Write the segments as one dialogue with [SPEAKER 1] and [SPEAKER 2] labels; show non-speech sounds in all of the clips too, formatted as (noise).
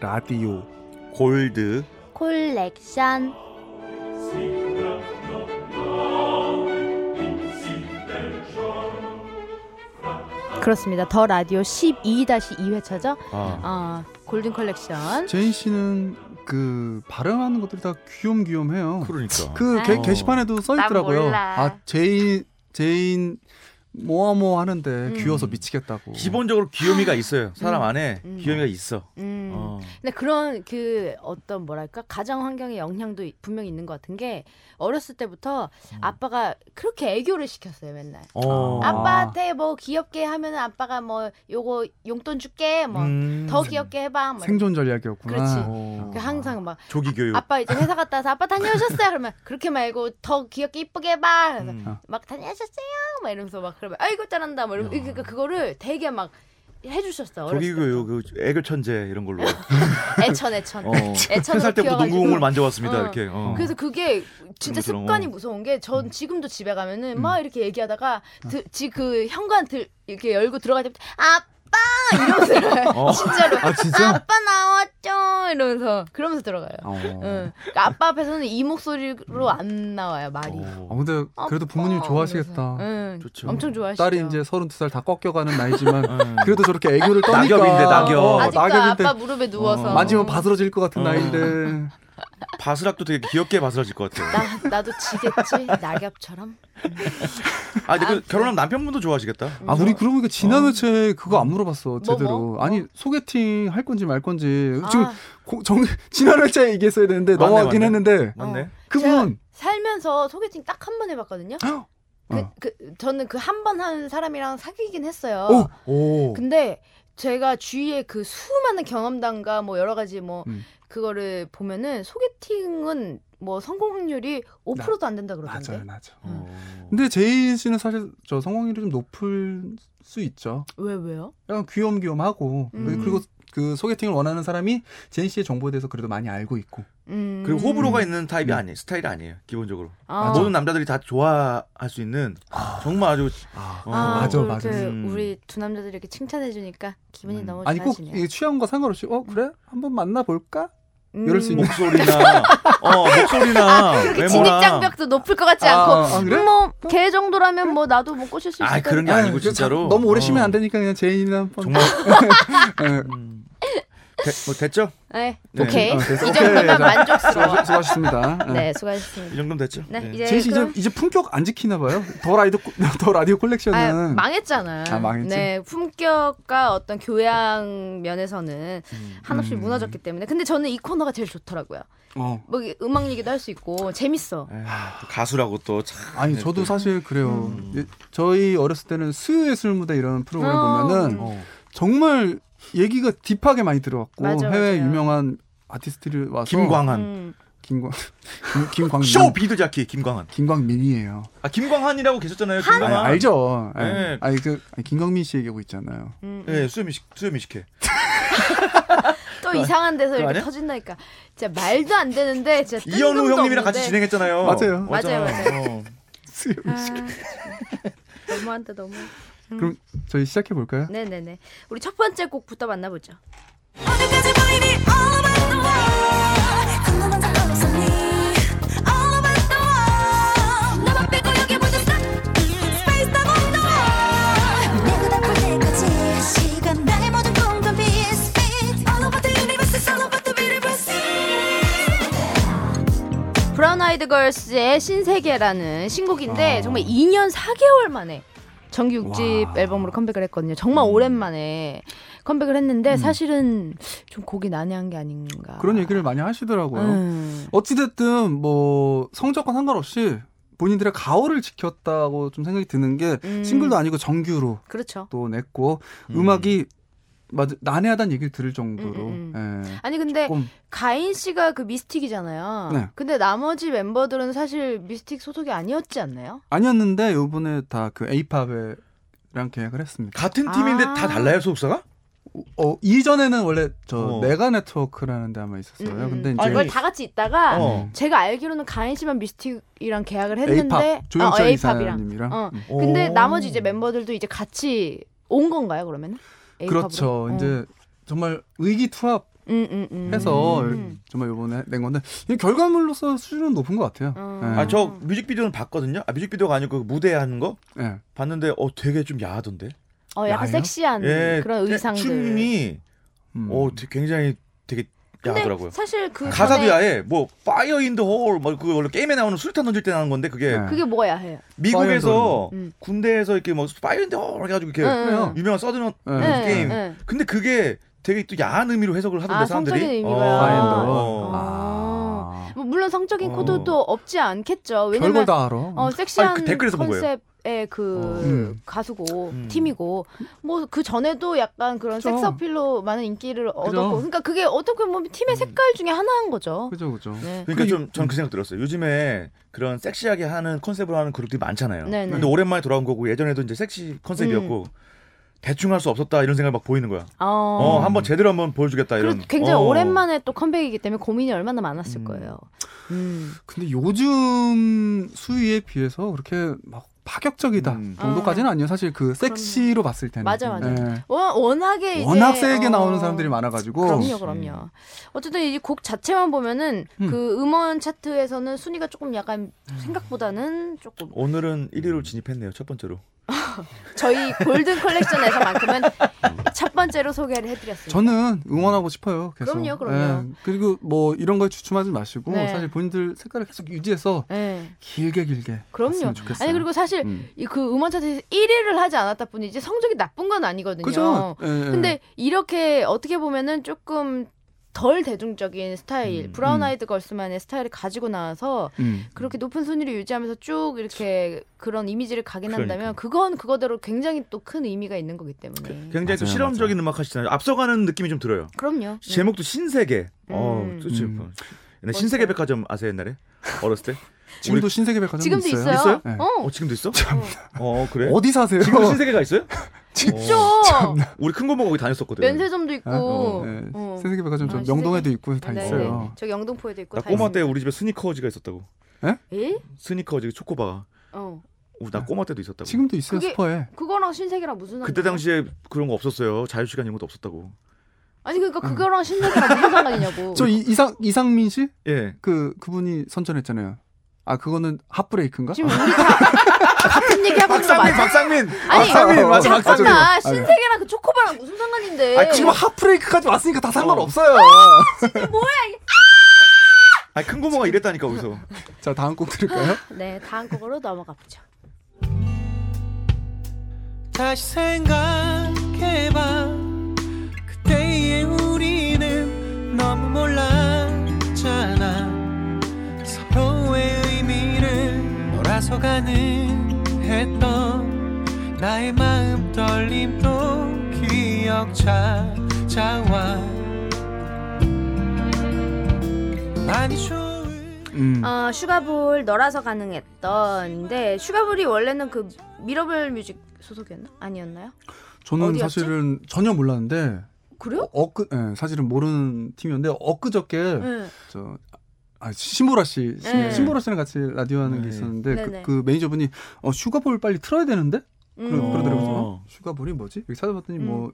[SPEAKER 1] 라디오
[SPEAKER 2] 골드
[SPEAKER 3] 콜렉션 그렇습니다. 더 라디오 12-2회차죠.
[SPEAKER 2] 아,
[SPEAKER 3] 어, 골든 컬렉션.
[SPEAKER 1] 제인 씨는 그 발음하는 것들이 다 귀염귀염해요.
[SPEAKER 2] 그러니까
[SPEAKER 1] 그 게,
[SPEAKER 2] 아유.
[SPEAKER 1] 게시판에도 써
[SPEAKER 4] 난
[SPEAKER 1] 있더라고요.
[SPEAKER 4] 몰라.
[SPEAKER 1] 아 제인 제인 뭐하 뭐 하는데
[SPEAKER 3] 음.
[SPEAKER 1] 귀여워서 미치겠다고.
[SPEAKER 2] 기본적으로 귀요미가 있어요 사람 안에
[SPEAKER 3] 음.
[SPEAKER 2] 귀요미가 있어
[SPEAKER 3] 음.
[SPEAKER 2] 어.
[SPEAKER 3] 근데 그런 그 어떤 뭐랄까 가정 환경의 영향도 이- 분명히 있는 것 같은 게 어렸을 때부터 아빠가 그렇게 애교를 시켰어요 맨날.
[SPEAKER 2] 어.
[SPEAKER 1] 아.
[SPEAKER 3] 아빠한테 뭐 귀엽게 하면은 아빠가 뭐 요거 용돈 줄게 뭐 더
[SPEAKER 2] 음.
[SPEAKER 3] 귀엽게 해봐. 뭐
[SPEAKER 1] 생존 전략이었구나.
[SPEAKER 3] 그렇지.
[SPEAKER 1] 어.
[SPEAKER 3] 그 항상 막
[SPEAKER 2] 조기 교육
[SPEAKER 3] 아빠 이제 회사 갔다 와서 아빠 다녀오셨어요? 그러면 그렇게 말고 더 귀엽게 이쁘게 해봐. 그래서
[SPEAKER 2] 음.
[SPEAKER 3] 막 다녀오셨어요? 막 이러면서 막 그러면 아이고 잘한다. 뭐 이러고 그러니까 그거를 되게 막 해주셨어.
[SPEAKER 2] 조기
[SPEAKER 3] 어렸을
[SPEAKER 2] 교육 그 애교 천재 이런 걸로
[SPEAKER 3] 때부터. 애천 애천.
[SPEAKER 2] 어.
[SPEAKER 3] 애천으로
[SPEAKER 2] 살 때부터
[SPEAKER 3] 키워가지고.
[SPEAKER 2] 농구공을 만져왔습니다
[SPEAKER 3] 어.
[SPEAKER 2] 이렇게 어.
[SPEAKER 3] 그래서 그게 진짜
[SPEAKER 2] 그런 거. 음.
[SPEAKER 3] 습관이 무서운 게 전 지금도 집에 가면은 막 이렇게 얘기하다가 지그 현관 들 이렇게 열고 들어갈 때부터 아빠 이러면서 들어가요.
[SPEAKER 2] 어.
[SPEAKER 3] 진짜로
[SPEAKER 1] 아 진짜?
[SPEAKER 3] 아빠 나왔죠 이러면서 그러면서 들어가요.
[SPEAKER 2] 아.
[SPEAKER 1] 어.
[SPEAKER 3] 응. 그러니까 아빠 앞에서는 이 목소리로 안 나와요 말이.
[SPEAKER 1] 아,
[SPEAKER 2] 어.
[SPEAKER 1] 근데 그래도 부모님
[SPEAKER 3] 아빠
[SPEAKER 1] 좋아하시겠다.
[SPEAKER 3] 응.
[SPEAKER 2] 좋죠.
[SPEAKER 3] 엄청 좋아하시죠.
[SPEAKER 1] 딸이 이제 32살 다 꺾여가는
[SPEAKER 2] (laughs)
[SPEAKER 1] 나이지만
[SPEAKER 2] 음.
[SPEAKER 1] 그래도 저렇게 애교를 떠니까
[SPEAKER 2] 낙엽인데, 낙엽.
[SPEAKER 1] 어,
[SPEAKER 3] 아직도 그
[SPEAKER 1] 낙엽인데
[SPEAKER 3] 아빠 무릎에 누워서
[SPEAKER 2] 어.
[SPEAKER 1] 만지면 바스러질 것 같은
[SPEAKER 2] 어.
[SPEAKER 1] 나이인데
[SPEAKER 2] 바스락도 되게 귀엽게 바스라질 것 같아요
[SPEAKER 3] 나 나도
[SPEAKER 1] (laughs)
[SPEAKER 3] 지겠지 낙엽처럼.
[SPEAKER 2] 아 근데 그 결혼하면 남편분도
[SPEAKER 3] 어.
[SPEAKER 2] 좋아하시겠다
[SPEAKER 1] 아 우리 그러고 보니까 지난 회차에 그거 안 물어봤어 제대로
[SPEAKER 3] 음. 뭐?
[SPEAKER 1] 아니 소개팅 할 건지 말 건지 그 지금
[SPEAKER 3] 아.
[SPEAKER 1] 고- 정, (laughs) 지난 회차에 얘기했어야 되는데
[SPEAKER 2] 맞네,
[SPEAKER 1] 넘어가긴
[SPEAKER 2] 맞네.
[SPEAKER 1] 했는데
[SPEAKER 2] 맞네
[SPEAKER 1] 그분
[SPEAKER 3] 살면서 소개팅 딱 한 번 해봤거든요. 그,
[SPEAKER 1] 어.
[SPEAKER 3] 그 저는 그 한 번 한 사람이랑 사귀긴 했어요.
[SPEAKER 1] 오! 오.
[SPEAKER 3] 근데 제가 주위에 그 수많은 경험담과 뭐 여러 가지 뭐
[SPEAKER 1] 음.
[SPEAKER 3] 그거를 보면은 소개팅은 뭐 성공률이 5%도 안 음. 된다 그러던데.
[SPEAKER 1] 맞아요 맞아
[SPEAKER 2] 어.
[SPEAKER 1] 근데 제인 씨는 사실 저 성공률이 좀 높을 수 있죠
[SPEAKER 3] 왜 왜요?
[SPEAKER 1] 약간 귀염귀염하고
[SPEAKER 3] 음.
[SPEAKER 1] 그리고 그 소개팅을 원하는 사람이 제인 씨의 정보에 대해서 그래도 많이 알고 있고
[SPEAKER 3] 음.
[SPEAKER 2] 그리고 호불호가 있는 타입이
[SPEAKER 1] 음.
[SPEAKER 2] 아니에요 스타일이 아니에요 기본적으로
[SPEAKER 3] 아,
[SPEAKER 2] 모든 남자들이 다 좋아할 수 있는 정말 아주 어.
[SPEAKER 3] 아,
[SPEAKER 1] 맞아, 맞아.
[SPEAKER 3] 그렇게
[SPEAKER 2] 음.
[SPEAKER 3] 우리 두 남자들이 이렇게 칭찬해 주니까 기분이
[SPEAKER 2] 음.
[SPEAKER 3] 너무
[SPEAKER 1] 아니 꼭
[SPEAKER 3] 좋아지네요.
[SPEAKER 1] 이 취향과 상관없이 어 그래 한번 만나볼까
[SPEAKER 3] 음.
[SPEAKER 1] 이럴 수
[SPEAKER 3] (laughs)
[SPEAKER 1] 있는
[SPEAKER 2] 목소리나 어 목소리나
[SPEAKER 3] 아, 그렇게
[SPEAKER 2] 외모나
[SPEAKER 3] 진입장벽도 높을 것 같지
[SPEAKER 1] 아,
[SPEAKER 3] 않고 음,
[SPEAKER 1] 아, 그래?
[SPEAKER 3] 뭐걔 정도라면 뭐 나도 뭐 꼬실 수 있을
[SPEAKER 2] 아 그런 게
[SPEAKER 1] 아니,
[SPEAKER 2] 아니고
[SPEAKER 1] 그 참,
[SPEAKER 2] 진짜로
[SPEAKER 1] 너무 오래
[SPEAKER 2] 어.
[SPEAKER 1] 쉬면 안 되니까 그냥 제인이나 한번
[SPEAKER 2] 정말
[SPEAKER 1] 예.
[SPEAKER 2] 음. 대- 뭐 됐죠
[SPEAKER 3] 네.
[SPEAKER 2] 네.
[SPEAKER 3] 오케이
[SPEAKER 1] 어,
[SPEAKER 3] 이
[SPEAKER 1] 됐어. 오케이,
[SPEAKER 3] 정도면
[SPEAKER 1] 자.
[SPEAKER 3] 만족스러워.
[SPEAKER 1] 수고- 수고하셨습니다.
[SPEAKER 3] (laughs)
[SPEAKER 1] 예.
[SPEAKER 3] 네 수고하셨습니다.
[SPEAKER 2] 이 정도면 됐죠
[SPEAKER 3] 네,
[SPEAKER 2] 예.
[SPEAKER 3] 이제
[SPEAKER 1] 제인 씨 이제
[SPEAKER 3] 그럼-
[SPEAKER 1] 이제 품격 안 지키나 봐요. 더 라디오 (laughs) 더 라디오
[SPEAKER 3] 아,
[SPEAKER 1] 콜렉션은
[SPEAKER 3] 망했잖아.
[SPEAKER 1] 네. 아, 망했지?
[SPEAKER 3] 네, 품격과 어떤 교양 면에서는
[SPEAKER 2] 음.
[SPEAKER 3] 한없이
[SPEAKER 1] 음.
[SPEAKER 3] 무너졌기 때문에. 근데 저는 이 코너가 제일 좋더라고요.
[SPEAKER 1] 어.
[SPEAKER 3] 뭐 이게 음악 얘기도 할 수 있고 재밌어.
[SPEAKER 2] 에휴, 또 아, 그 가수라고 네, 또참
[SPEAKER 1] 아니 저도 사실 그래요.
[SPEAKER 3] 음.
[SPEAKER 1] 예, 저희 어렸을 때는 수요예술 무대 이런 프로그램
[SPEAKER 3] 어.
[SPEAKER 1] 보면은
[SPEAKER 2] 어.
[SPEAKER 1] 정말 얘기가 딥하게 많이 들어왔고
[SPEAKER 3] 맞아,
[SPEAKER 1] 해외
[SPEAKER 3] 맞아요.
[SPEAKER 1] 유명한 아티스트들이 와서
[SPEAKER 2] 김광한
[SPEAKER 3] 음.
[SPEAKER 1] 김광 (laughs) 김, 광민
[SPEAKER 2] 쇼 비드자키 김광한
[SPEAKER 1] 김광민이에요.
[SPEAKER 2] 아 김광한이라고 계셨잖아요
[SPEAKER 1] 아니,
[SPEAKER 2] 김광한
[SPEAKER 1] 알죠. 예.
[SPEAKER 2] 네.
[SPEAKER 1] 아니 그 아니, 김광민 씨 얘기하고 있잖아요.
[SPEAKER 3] 음.
[SPEAKER 2] 예 수염이 식- 수염이 식해
[SPEAKER 3] 또
[SPEAKER 2] 그
[SPEAKER 3] 이상한 데서 이렇게
[SPEAKER 2] 아니야?
[SPEAKER 3] 터진다니까. 진짜 말도 안 되는데 진짜
[SPEAKER 2] (laughs) 이현우
[SPEAKER 3] 뜬금도
[SPEAKER 2] 형님이랑 같이
[SPEAKER 3] 없는데.
[SPEAKER 2] 진행했잖아요 어.
[SPEAKER 1] 맞아요.
[SPEAKER 3] 맞아요,
[SPEAKER 2] 맞아요
[SPEAKER 3] 아, 진짜. 너무한다 너무.
[SPEAKER 1] 그럼
[SPEAKER 3] 음.
[SPEAKER 1] 저희 시작해 볼까요?
[SPEAKER 3] 네네네. 우리 첫 번째 곡부터 만나보죠.
[SPEAKER 5] 어디까지 보이니 All about the world 궁금한 점 없었니 All about the world 너만 빼고 여기 모두 싹 Space time on the wall 내고 다 풀 때까지 시간 나의 모든 공간 be speed All about the universe is all about the universe
[SPEAKER 3] 브라운 아이드 걸스의 신세계라는
[SPEAKER 2] 아.
[SPEAKER 3] 신곡인데 정말 2년 4개월 만에 정규 6집 앨범으로 컴백을 했거든요. 정말
[SPEAKER 2] 음.
[SPEAKER 3] 오랜만에 컴백을 했는데 사실은 좀 곡이 난해한 게 아닌가.
[SPEAKER 1] 그런 얘기를 많이 하시더라고요.
[SPEAKER 3] 음.
[SPEAKER 1] 어찌됐든 뭐 성적과 상관없이 본인들의 가오를 지켰다고 좀 생각이 드는 게
[SPEAKER 3] 음.
[SPEAKER 1] 싱글도 아니고 정규로
[SPEAKER 3] 그렇죠.
[SPEAKER 1] 또 냈고 음. 악이 맞아 난해하다는 얘기를 들을 정도로
[SPEAKER 3] 음, 음,
[SPEAKER 1] 예.
[SPEAKER 3] 아니 근데
[SPEAKER 1] 조금
[SPEAKER 3] 가인 씨가 그 미스틱이잖아요.
[SPEAKER 1] 네.
[SPEAKER 3] 근데 나머지 멤버들은 사실 미스틱 소속이 아니었지 않나요?
[SPEAKER 1] 아니었는데 요번에 다 그 에이팝에랑 계약을 했습니다.
[SPEAKER 2] 같은 팀인데
[SPEAKER 3] 아.
[SPEAKER 2] 다 달라요 소속사가
[SPEAKER 1] 어 이전에는 원래 저
[SPEAKER 2] 어.
[SPEAKER 1] 네가 네트워크라는 데 아마 있었어요.
[SPEAKER 3] 음, 음.
[SPEAKER 1] 근데 이제
[SPEAKER 2] 아니,
[SPEAKER 3] 원래 다 같이 있다가
[SPEAKER 2] 어.
[SPEAKER 3] 제가 알기로는 가인 씨만 미스틱이랑 계약을 했는데
[SPEAKER 1] 에이팝 조영철
[SPEAKER 3] 어, 에이팝이랑
[SPEAKER 1] 이사님이랑
[SPEAKER 3] 어.
[SPEAKER 1] 음.
[SPEAKER 3] 근데
[SPEAKER 2] 오.
[SPEAKER 3] 나머지 이제 멤버들도 이제 같이 온 건가요 그러면? 어.
[SPEAKER 1] 그렇죠. 이제 정말 의기투합
[SPEAKER 3] 음, 음, 음.
[SPEAKER 1] 해서
[SPEAKER 3] 음.
[SPEAKER 1] 정말 요번에 낸 건데 이 결과물로서 수준은 높은 것 같아요.
[SPEAKER 3] 음.
[SPEAKER 1] 예.
[SPEAKER 2] 아 저 뮤직비디오는 봤거든요. 아 뮤직비디오가 아니고 그 무대에 하는 거
[SPEAKER 1] 예.
[SPEAKER 2] 봤는데 어 되게 좀 야하던데.
[SPEAKER 3] 어, 약간
[SPEAKER 1] 야해요?
[SPEAKER 3] 섹시한
[SPEAKER 2] 예,
[SPEAKER 3] 그런
[SPEAKER 2] 네,
[SPEAKER 3] 의상들.
[SPEAKER 2] 춤이
[SPEAKER 1] 음.
[SPEAKER 2] 어 되게 굉장히 되게
[SPEAKER 3] 근데
[SPEAKER 2] 야하더라고요.
[SPEAKER 3] 사실 그
[SPEAKER 2] 가사도
[SPEAKER 3] 전에
[SPEAKER 2] 야해. 뭐 파이어 인더 뭐 홀막그 원래 게임에 나오는 수류탄 던질 때 나오는 건데 그게
[SPEAKER 1] 네.
[SPEAKER 3] 그게 뭐야 해요.
[SPEAKER 2] 미국에서
[SPEAKER 3] 음.
[SPEAKER 2] 군대에서 이렇게 뭐 파이어 인더 홀 해가지고 이렇게
[SPEAKER 1] 네, 그래요.
[SPEAKER 2] 유명한 서든
[SPEAKER 1] 예.
[SPEAKER 2] 네. 게임.
[SPEAKER 3] 예.
[SPEAKER 2] 근데 그게 되게 또 야한 의미로 해석을 하던데
[SPEAKER 3] 아,
[SPEAKER 2] 사람들이.
[SPEAKER 3] 성적인 의미가요?
[SPEAKER 1] 파인더.
[SPEAKER 2] 어.
[SPEAKER 1] 아.
[SPEAKER 3] 뭐 물론 성적인
[SPEAKER 2] 어.
[SPEAKER 3] 코드도 없지 않겠죠.
[SPEAKER 1] 별걸
[SPEAKER 3] 왜냐면
[SPEAKER 1] 다 알아.
[SPEAKER 3] 어, 섹시한
[SPEAKER 2] 아니, 그 댓글에서 본 거예요.
[SPEAKER 3] 컨셉의 그
[SPEAKER 2] 어.
[SPEAKER 1] 음.
[SPEAKER 3] 가수고
[SPEAKER 2] 음.
[SPEAKER 3] 팀이고 뭐 그 전에도 약간 그런
[SPEAKER 1] 그죠.
[SPEAKER 3] 섹스 어필로 많은 인기를 얻었고 그러니까 그게 어떻게 보면 팀의 색깔 중에 하나인 거죠.
[SPEAKER 1] 그죠 그죠.
[SPEAKER 3] 네.
[SPEAKER 2] 그러니까
[SPEAKER 1] 그
[SPEAKER 2] 좀 저는 그 생각 들었어요. 요즘에 그런 섹시하게 하는 컨셉으로 하는 그룹들이 많잖아요.
[SPEAKER 3] 네네. 음.
[SPEAKER 2] 근데 오랜만에 돌아온 거고 예전에도 이제 섹시 컨셉이었고 대충 할 수 없었다 이런 생각이 막 보이는 거야.
[SPEAKER 3] 어.
[SPEAKER 2] 어, 한번 제대로 한번 보여주겠다
[SPEAKER 3] 그리고
[SPEAKER 2] 이런.
[SPEAKER 3] 굉장히
[SPEAKER 2] 어.
[SPEAKER 3] 오랜만에 또 컴백이기 때문에 고민이 얼마나 많았을
[SPEAKER 2] 음.
[SPEAKER 3] 거예요. 음.
[SPEAKER 1] 근데 요즘 수위에 비해서 그렇게 막 파격적이다
[SPEAKER 2] 음.
[SPEAKER 1] 정도까지는 아니에요. 사실 그 섹시로 봤을 때는
[SPEAKER 3] 어. 맞아, 맞아.
[SPEAKER 1] 예.
[SPEAKER 3] 워- 워낙에 이제
[SPEAKER 1] 워낙 세게
[SPEAKER 3] 어.
[SPEAKER 1] 나오는 사람들이 많아가지고
[SPEAKER 3] 그럼요, 그럼요. 어쨌든 이 곡 자체만 보면은
[SPEAKER 1] 음.
[SPEAKER 3] 그 음원 차트에서는 순위가 조금 약간 생각보다는 조금
[SPEAKER 1] (laughs)
[SPEAKER 2] 오늘은 1위로 진입했네요 첫 번째로.
[SPEAKER 3] 저희 골든 컬렉션에서만큼은
[SPEAKER 1] 음.
[SPEAKER 3] 첫 번째로 소개를 해드렸습니다.
[SPEAKER 1] 저는 응원하고 싶어요. 계속.
[SPEAKER 3] 그럼요, 그럼요.
[SPEAKER 1] 예. 그리고 뭐 이런 거에 주춤하지 마시고
[SPEAKER 3] 네.
[SPEAKER 1] 사실 본인들 색깔을 계속 유지해서
[SPEAKER 3] 예,
[SPEAKER 1] 길게 길게
[SPEAKER 3] 그럼요.
[SPEAKER 1] 갔으면 좋겠어요.
[SPEAKER 3] 아니 그리고 사실
[SPEAKER 1] 음.
[SPEAKER 3] 이 그 음원 차트에서 1위를 하지 않았다 뿐이지 성적이 나쁜 건 아니거든요.
[SPEAKER 1] 그죠? 예, 예.
[SPEAKER 3] 근데 이렇게 어떻게 보면은 조금 덜 대중적인 스타일,
[SPEAKER 2] 음.
[SPEAKER 3] 브라운
[SPEAKER 1] 음.
[SPEAKER 3] 아이드 걸스만의 스타일을 가지고 나와서
[SPEAKER 1] 음.
[SPEAKER 3] 그렇게 높은 순위를 유지하면서 쭉 이렇게 그런 이미지를 각인한다면
[SPEAKER 2] 그러니까요.
[SPEAKER 3] 그건 그거대로 굉장히 또 큰 의미가 있는 거기 때문에. 그,
[SPEAKER 2] 굉장히 또
[SPEAKER 1] 맞아요,
[SPEAKER 2] 실험적인 음악 하시잖아요. 앞서가는 느낌이 좀 들어요.
[SPEAKER 3] 럼요 네.
[SPEAKER 2] 제목도 신세계. 어,
[SPEAKER 3] 음.
[SPEAKER 2] 또 지금
[SPEAKER 1] 음.
[SPEAKER 2] 옛날 신세계 백화점 아세요 옛날에 어렸을 때?
[SPEAKER 1] (laughs) 지금도 신세계 백화점
[SPEAKER 3] 지금도 있어요.
[SPEAKER 2] 있어요?
[SPEAKER 1] 네.
[SPEAKER 3] 어.
[SPEAKER 2] 어 지금도 있어? 어 그래?
[SPEAKER 1] 어디 사세요?
[SPEAKER 2] 지금
[SPEAKER 1] (laughs)
[SPEAKER 2] 도 신세계가 있어요?
[SPEAKER 3] 있죠.
[SPEAKER 2] 우리 큰 고모 거기 다녔었거든요.
[SPEAKER 3] (laughs) 면세점도 있고.
[SPEAKER 2] 어,
[SPEAKER 1] 네.
[SPEAKER 3] 어.
[SPEAKER 1] 신세계 백화점 저
[SPEAKER 3] 아,
[SPEAKER 1] 명동에도 있고 다
[SPEAKER 3] 네, 네.
[SPEAKER 1] 있어요.
[SPEAKER 3] 저기 영등포에도 있고
[SPEAKER 2] 나
[SPEAKER 3] 다
[SPEAKER 2] 꼬마 때
[SPEAKER 3] 있습니다.
[SPEAKER 2] 우리 집에 스니커즈가 있었다고.
[SPEAKER 3] 예?
[SPEAKER 2] 스니커즈 초코바.
[SPEAKER 3] 어.
[SPEAKER 2] 어, 나 꼬마 때도 있었다고.
[SPEAKER 1] 네. 지금도 있어요
[SPEAKER 3] 그게-
[SPEAKER 1] 스퍼에.
[SPEAKER 3] 그거랑 신세계랑 무슨
[SPEAKER 2] 그때
[SPEAKER 3] 상관이야?
[SPEAKER 2] 당시에 그런 거 없었어요. 자유 시간 이런 것도 없었다고.
[SPEAKER 3] 아니 그러니까 그거랑 신세계랑 무슨 뭐 상관이냐고.
[SPEAKER 1] 저 이, 이상 이상민 씨?
[SPEAKER 2] 예.
[SPEAKER 1] 그 그분이 선전했잖아요. 아 그거는 핫브레이크인가?
[SPEAKER 3] 지금 우리 다 같은 얘기 하고 있는 거 맞아?
[SPEAKER 2] 박상민.
[SPEAKER 3] 아니,
[SPEAKER 2] 박상민 맞아.
[SPEAKER 1] 잠깐만.
[SPEAKER 2] 박상민.
[SPEAKER 3] 잠깐만
[SPEAKER 1] 아니.
[SPEAKER 3] 신세계랑 그 초코바랑 무슨 상관인데?
[SPEAKER 1] 아, 지금 핫브레이크까지 왔으니까 다
[SPEAKER 2] (laughs)
[SPEAKER 1] 상관없어요.
[SPEAKER 2] 아니 큰 고모가 이랬다니까 거기서.
[SPEAKER 1] 자 다음 곡 들을까요?
[SPEAKER 3] 네 다음 곡으로 넘어가 보죠.
[SPEAKER 4] 다시 생각해봐 그때의 우리는 너무 몰랐잖아 서로의 의미를 몰아서가는 했던 나의 마음 떨림도 기억 찾아와 많이 추울
[SPEAKER 1] 음.
[SPEAKER 3] 어, 슈가볼 너라서 가능했던데 슈가볼이 원래는 그 미러볼 뮤직 소속이었나? 아니었나요?
[SPEAKER 1] 저는
[SPEAKER 3] 어디였지?
[SPEAKER 1] 사실은 전혀 몰랐는데
[SPEAKER 3] 그래요?
[SPEAKER 1] 엊그 예, 사실은 모르는 팀이었는데 엊그저께
[SPEAKER 3] 네.
[SPEAKER 1] 저 아, 신보라 씨, 신-
[SPEAKER 3] 네.
[SPEAKER 1] 신보라 씨랑 같이 라디오 하는 게
[SPEAKER 2] 네.
[SPEAKER 1] 있었는데
[SPEAKER 3] 네네.
[SPEAKER 1] 그, 그 매니저분이 어, 슈가볼 빨리 틀어야 되는데
[SPEAKER 3] 음.
[SPEAKER 1] 그러, 그러더라고요.
[SPEAKER 2] 어.
[SPEAKER 1] 어, 슈가볼이 뭐지? 여기 찾아봤더니
[SPEAKER 3] 음.
[SPEAKER 1] 뭐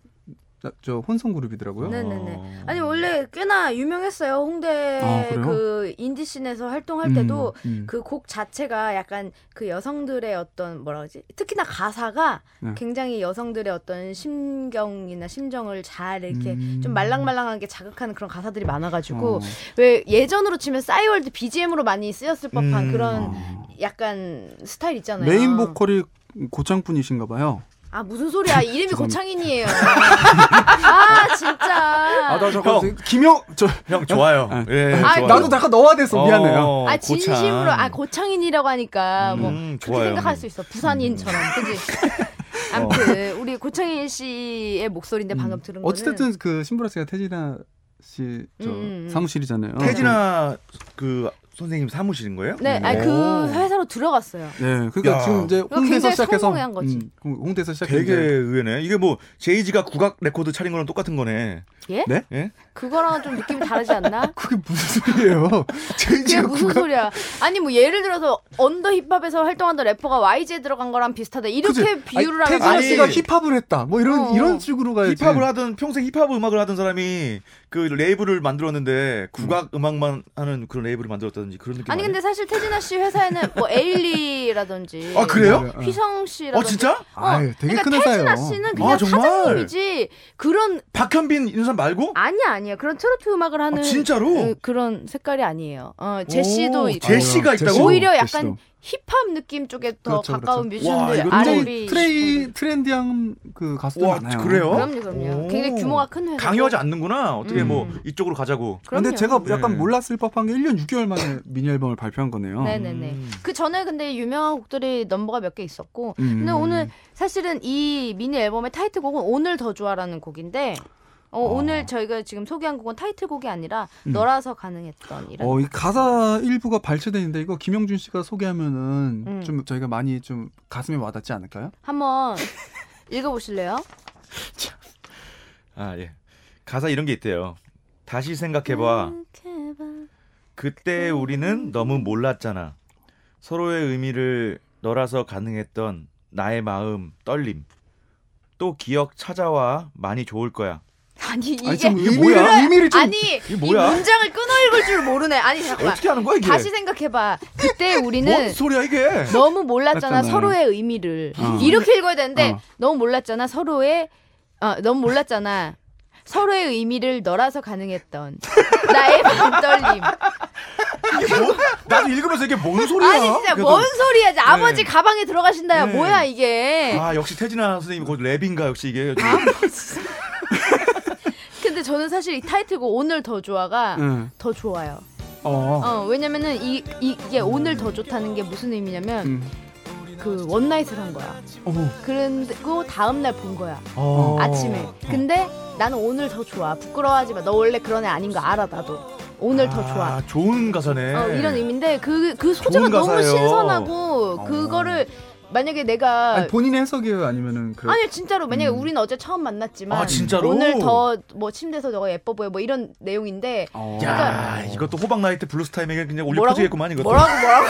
[SPEAKER 1] 저 혼성 그룹이더라고요. 음,
[SPEAKER 3] 네. 네네네.
[SPEAKER 2] 어.
[SPEAKER 3] 아니 원래 꽤나 유명했어요. 홍대
[SPEAKER 1] 아, 그래요?
[SPEAKER 3] 그 인디 씬에서 활동할
[SPEAKER 1] 음,
[SPEAKER 3] 때도
[SPEAKER 1] 음.
[SPEAKER 3] 그 곡 자체가 약간 그 여성들의 어떤 뭐라 그러지? 특히나 가사가
[SPEAKER 1] 네.
[SPEAKER 3] 굉장히 여성들의 어떤 심경이나 심정을 잘 이렇게
[SPEAKER 1] 음.
[SPEAKER 3] 좀 말랑말랑하게 자극하는 그런 가사들이 많아가지고
[SPEAKER 1] 어.
[SPEAKER 3] 왜 예전으로 치면 싸이월드 BGM으로 많이 쓰였을 법한
[SPEAKER 2] 음.
[SPEAKER 3] 그런 약간 스타일 있잖아요.
[SPEAKER 1] 어. 메인 보컬이 고창 분이신가 봐요.
[SPEAKER 3] 아 무슨 소리야? 이름이
[SPEAKER 1] 죄송합니다. (laughs)
[SPEAKER 3] 고창인이에요. 아 진짜.
[SPEAKER 1] 아나
[SPEAKER 2] 잠깐,
[SPEAKER 1] 김영 저
[SPEAKER 2] 형 좋아요. 예.
[SPEAKER 3] 아,
[SPEAKER 2] 좋아요.
[SPEAKER 1] 나도 잠깐 넣어야 돼서 미안해요.
[SPEAKER 2] 어,
[SPEAKER 3] 아
[SPEAKER 2] 고창.
[SPEAKER 3] 진심으로 아 고창인이라고 하니까 뭐
[SPEAKER 2] 음,
[SPEAKER 3] 그렇게
[SPEAKER 2] 좋아요.
[SPEAKER 3] 생각할 수 있어 부산인처럼
[SPEAKER 1] 음. (laughs)
[SPEAKER 3] 그지.
[SPEAKER 1] 어.
[SPEAKER 3] 아무튼 우리 고창인 씨의 목소리인데 네, 방금 들은 거는
[SPEAKER 1] 음. 어찌됐든 그 신보라 씨가 태진아 씨 저
[SPEAKER 3] 음, 음.
[SPEAKER 1] 사무실이잖아요. 음.
[SPEAKER 2] 태진아 그 선생님 사무실인 거예요? 어.
[SPEAKER 3] 네, 아니
[SPEAKER 2] 오.
[SPEAKER 3] 그 회사로 들어갔어요.
[SPEAKER 1] 네, 그러니까
[SPEAKER 2] 야.
[SPEAKER 1] 지금 이제 홍대에서
[SPEAKER 3] 그거 어, 굉장히
[SPEAKER 1] 시작해서
[SPEAKER 3] 성공한 거지.
[SPEAKER 1] 음,
[SPEAKER 3] 그
[SPEAKER 1] 홍대에서 시작해서
[SPEAKER 2] 되게
[SPEAKER 1] 이제
[SPEAKER 2] 의외네. 이게 뭐 제이지가 국악 레코드 차린 거랑 똑같은 거네.
[SPEAKER 3] 예?
[SPEAKER 1] 네?
[SPEAKER 2] 예?
[SPEAKER 3] 그거랑은 좀 느낌이
[SPEAKER 1] (laughs)
[SPEAKER 3] 다르지 않나?
[SPEAKER 1] 그게 무슨
[SPEAKER 2] (laughs)
[SPEAKER 1] 소리예요?
[SPEAKER 3] 그게
[SPEAKER 1] 제이지가
[SPEAKER 3] 무슨
[SPEAKER 1] 국가
[SPEAKER 3] 소리야? 아니 뭐 예를 들어서 언더 힙합에서 활동하던 래퍼가 YG에 들어간 거랑 비슷하다 이렇게
[SPEAKER 1] 그치?
[SPEAKER 3] 비유를
[SPEAKER 1] 아니,
[SPEAKER 3] 하면
[SPEAKER 1] 태진아
[SPEAKER 2] 아니,
[SPEAKER 1] 씨가 힙합을 했다. 뭐 이런
[SPEAKER 3] 어.
[SPEAKER 1] 이런 식으로 가야지.
[SPEAKER 2] 힙합을 하던 평생 힙합 음악을 하던 사람이 그 레이블을 만들었는데 국악 음악만 하는 그런 레이블을 만들었다든지 그런 느낌
[SPEAKER 3] 아니
[SPEAKER 2] 아니에요?
[SPEAKER 3] 근데 사실 태진아 씨 회사에는
[SPEAKER 1] (laughs)
[SPEAKER 3] 뭐 에일리라든지 뭐
[SPEAKER 2] 아 그래요?
[SPEAKER 3] 휘성 씨라든지
[SPEAKER 2] 어 진짜?
[SPEAKER 3] 어,
[SPEAKER 1] 아유, 되게
[SPEAKER 3] 그러니까
[SPEAKER 1] 큰 회사예요.
[SPEAKER 3] 태진아 씨는 그냥
[SPEAKER 2] 아, 정말?
[SPEAKER 3] 사장님이지 그런
[SPEAKER 2] 박현빈 이런 사람 말고?
[SPEAKER 3] 아니야 아니야 그런 트로트 음악을 하는
[SPEAKER 2] 아,
[SPEAKER 1] 어.
[SPEAKER 2] 진짜로?
[SPEAKER 3] 그, 그런 색깔이 아니에요. 어 제시도
[SPEAKER 2] 오,
[SPEAKER 3] 있고
[SPEAKER 2] 제시. 제시가 있다고?
[SPEAKER 1] 아, 제시도,
[SPEAKER 3] 오히려 약간
[SPEAKER 1] 제시도.
[SPEAKER 3] 힙합 느낌 쪽에 더
[SPEAKER 1] 그렇죠,
[SPEAKER 3] 가까운
[SPEAKER 2] 와,
[SPEAKER 3] 뮤지션들
[SPEAKER 2] 이거
[SPEAKER 1] 굉장히
[SPEAKER 3] R&B
[SPEAKER 1] 트레이 트렌디한 그 가수들
[SPEAKER 2] 와,
[SPEAKER 1] 많아요.
[SPEAKER 2] 그래요?
[SPEAKER 3] 그럼요 그럼요
[SPEAKER 2] 오.
[SPEAKER 3] 굉장히 규모가 큰 회사
[SPEAKER 2] 강요하지 않는구나. 어떻게 뭐
[SPEAKER 3] 그 음.
[SPEAKER 2] 이쪽으로 가자고.
[SPEAKER 1] 근데 제가 약간
[SPEAKER 2] 네.
[SPEAKER 1] 몰랐을 법한 게 1년 6개월 만에 미니 앨범을 발표한 거네요.
[SPEAKER 3] 네네네.
[SPEAKER 2] 음.
[SPEAKER 3] 그 전에 근데 유명한 곡들이 넘버가 몇 개 있었고
[SPEAKER 1] 음.
[SPEAKER 3] 근데 오늘 사실은 이 미니 앨범의 타이틀곡은 오늘 더 좋아라는 곡인데 어, 오늘 저희가 지금 소개한 곡은 타이틀곡이 아니라
[SPEAKER 1] 아. 음.
[SPEAKER 3] 너라서 가능했던 이런
[SPEAKER 1] 어, 이 가사 일부가 발췌되는데 이거 김영준 씨가 소개하면은
[SPEAKER 3] 음.
[SPEAKER 1] 좀 저희가 많이 좀 가슴에 와닿지 않을까요?
[SPEAKER 3] 한번 (laughs) 읽어보실래요?
[SPEAKER 2] 아 예. 가사 이런 게 있대요. 다시
[SPEAKER 1] 아.
[SPEAKER 3] 음.
[SPEAKER 2] 생각해봐. 그때 우리는 너무 몰랐잖아. 서로의 의미를 너라서 가능했던 나의 마음 떨림. 또 기억 찾아와 많이 좋을 거야.
[SPEAKER 3] 아니 이게
[SPEAKER 1] 아니, 좀 의미를-
[SPEAKER 3] 그래-
[SPEAKER 1] 의미를 좀-
[SPEAKER 3] 아니 이
[SPEAKER 2] 뭐야?
[SPEAKER 3] 문장을 끊어 읽을 줄 모르네 아니 잠깐만
[SPEAKER 2] 어떻게 하는 거야 이게?
[SPEAKER 3] 다시 생각해봐 그때 우리는
[SPEAKER 2] 뭔 소리야 이게?
[SPEAKER 3] 너무 몰랐잖아
[SPEAKER 1] 맞잖아요.
[SPEAKER 3] 서로의 의미를
[SPEAKER 1] 어.
[SPEAKER 3] 이렇게 읽어야 되는데
[SPEAKER 1] 어.
[SPEAKER 3] 너무 몰랐잖아 서로의 어, 너무 몰랐잖아 서로의 의미를 너라서
[SPEAKER 2] (laughs)
[SPEAKER 3] 가능했던 나의 마음 떨림
[SPEAKER 2] 이게 뭐, 나도 읽으면서 이게 뭔 소리야?
[SPEAKER 3] 아니 진짜
[SPEAKER 2] 그래도-
[SPEAKER 3] 뭔 소리야 이제 아버지 가방에 들어가신다야
[SPEAKER 2] 네.
[SPEAKER 3] 뭐야 이게
[SPEAKER 2] 아 역시 태진아 선생님 곧 랩인가 역시 이게 요즘.
[SPEAKER 3] 근데 저는 사실 이 타이틀곡 오늘 더 좋아가
[SPEAKER 1] 응.
[SPEAKER 3] 더 좋아요
[SPEAKER 1] 네. 어.
[SPEAKER 3] 어 왜냐면은 이, 이 이게 오늘 더 좋다는 게 무슨 의미냐면
[SPEAKER 1] 음.
[SPEAKER 3] 그 원나잇을 한 거야
[SPEAKER 1] 어.
[SPEAKER 3] 그리고 다음 날 본 거야
[SPEAKER 2] 어.
[SPEAKER 3] 아, 아침에. 근데 나는 오늘 더 좋아. 부끄러워하지 마. 너 원래 그런 애 아닌 거 알아 나도. 오늘 더
[SPEAKER 2] 아,
[SPEAKER 3] 좋아.
[SPEAKER 2] 좋은 가사네.
[SPEAKER 3] 어, 이런 의미인데 그 그 소재가
[SPEAKER 2] 좋은
[SPEAKER 3] 너무
[SPEAKER 2] 가사예요. 어.
[SPEAKER 3] 신선하고 그거를 만약에 내가
[SPEAKER 1] 아니,
[SPEAKER 3] 아니,
[SPEAKER 1] 본인의 해석이에요, 아니면은 그
[SPEAKER 3] 진짜로 만약에 우리는 어제 처음 만났지만
[SPEAKER 2] 아, 진짜로?
[SPEAKER 3] 오늘 더 뭐 침대에서 너가 예뻐 보여 뭐 이런 내용인데
[SPEAKER 1] 어.
[SPEAKER 2] 야, 이것도 호박 나이트 블루스 타임에 그냥 아, 올려
[SPEAKER 3] 뭐라고?
[SPEAKER 2] 퍼지겠구만 이것도.
[SPEAKER 3] 뭐라고 뭐라고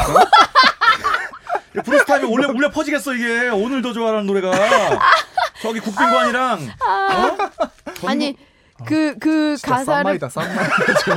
[SPEAKER 2] 야, 블루스 타임에 올려 올려 퍼지겠어 이게. 오늘 더 좋아라는 노래가. 저기 국빈관이랑
[SPEAKER 3] 아. 아니 그 그
[SPEAKER 1] 진짜
[SPEAKER 3] 가사를
[SPEAKER 1] 쌈마이다, 쌈마이. 지금.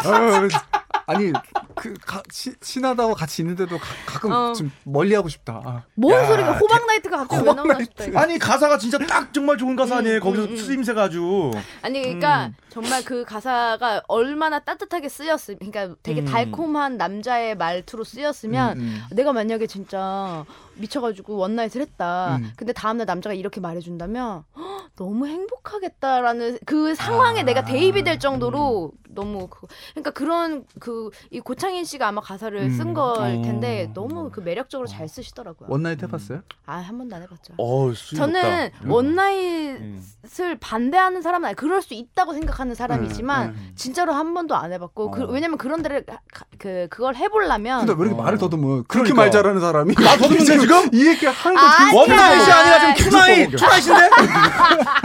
[SPEAKER 1] 어, 아니 그 가, 시, 친하다고 같이 있는데도 가, 가끔
[SPEAKER 3] 어.
[SPEAKER 1] 좀 멀리하고 싶다. 아.
[SPEAKER 3] 뭔
[SPEAKER 2] 야,
[SPEAKER 3] 소리가 호박 나이트가 갑자기 왜 나오나 싶다. 이거.
[SPEAKER 2] 아니 가사가 진짜 딱 정말 좋은 가사 아니에요.
[SPEAKER 3] 음,
[SPEAKER 2] 거기서 쓰임새가 아주.
[SPEAKER 3] 아니 그러니까 정말 그 가사가 얼마나 따뜻하게 쓰였으면 그러니까 되게
[SPEAKER 2] 음.
[SPEAKER 3] 달콤한 남자의 말투로 쓰였으면
[SPEAKER 1] 음,
[SPEAKER 3] 내가 만약에 진짜 미쳐가지고 원나잇을 했다
[SPEAKER 1] 음.
[SPEAKER 3] 근데 다음날 남자가 이렇게 말해준다면 (gasps) "헉, 너무 행복하겠다라는 그 상황에 내가 대입이 될 정도로 너무 그, 그러니까 그런 그 이 고창인 씨가 아마 가사를
[SPEAKER 1] 음.
[SPEAKER 3] 쓴 걸 텐데
[SPEAKER 1] 어.
[SPEAKER 3] 너무 그 매력적으로 잘 쓰시더라고요
[SPEAKER 1] 원나잇 해봤어요?
[SPEAKER 3] 아 한 번도 안 해봤죠
[SPEAKER 2] 어, 수위
[SPEAKER 3] 저는
[SPEAKER 2] 높다.
[SPEAKER 3] 원나잇을
[SPEAKER 2] 음.
[SPEAKER 3] 반대하는 사람은 아니 그럴 수 있다고 생각하는 사람이지만
[SPEAKER 1] 음, 음.
[SPEAKER 3] 진짜로 한 번도 안 해봤고 그-
[SPEAKER 1] 어.
[SPEAKER 3] 왜냐면 그런 데를 가- 그 그걸 해보려면
[SPEAKER 1] 근데 왜 이렇게 말을 더듬어? 그렇게
[SPEAKER 2] 그러니까.
[SPEAKER 1] 말 잘하는 사람이
[SPEAKER 2] 나 더듬는데 지금?
[SPEAKER 1] 이 얘기 하는 거
[SPEAKER 3] 아,
[SPEAKER 1] 듣고
[SPEAKER 2] 원나잇이
[SPEAKER 3] 아니야. 아,
[SPEAKER 2] 아니라 지금 투나잇. 투나잇인데?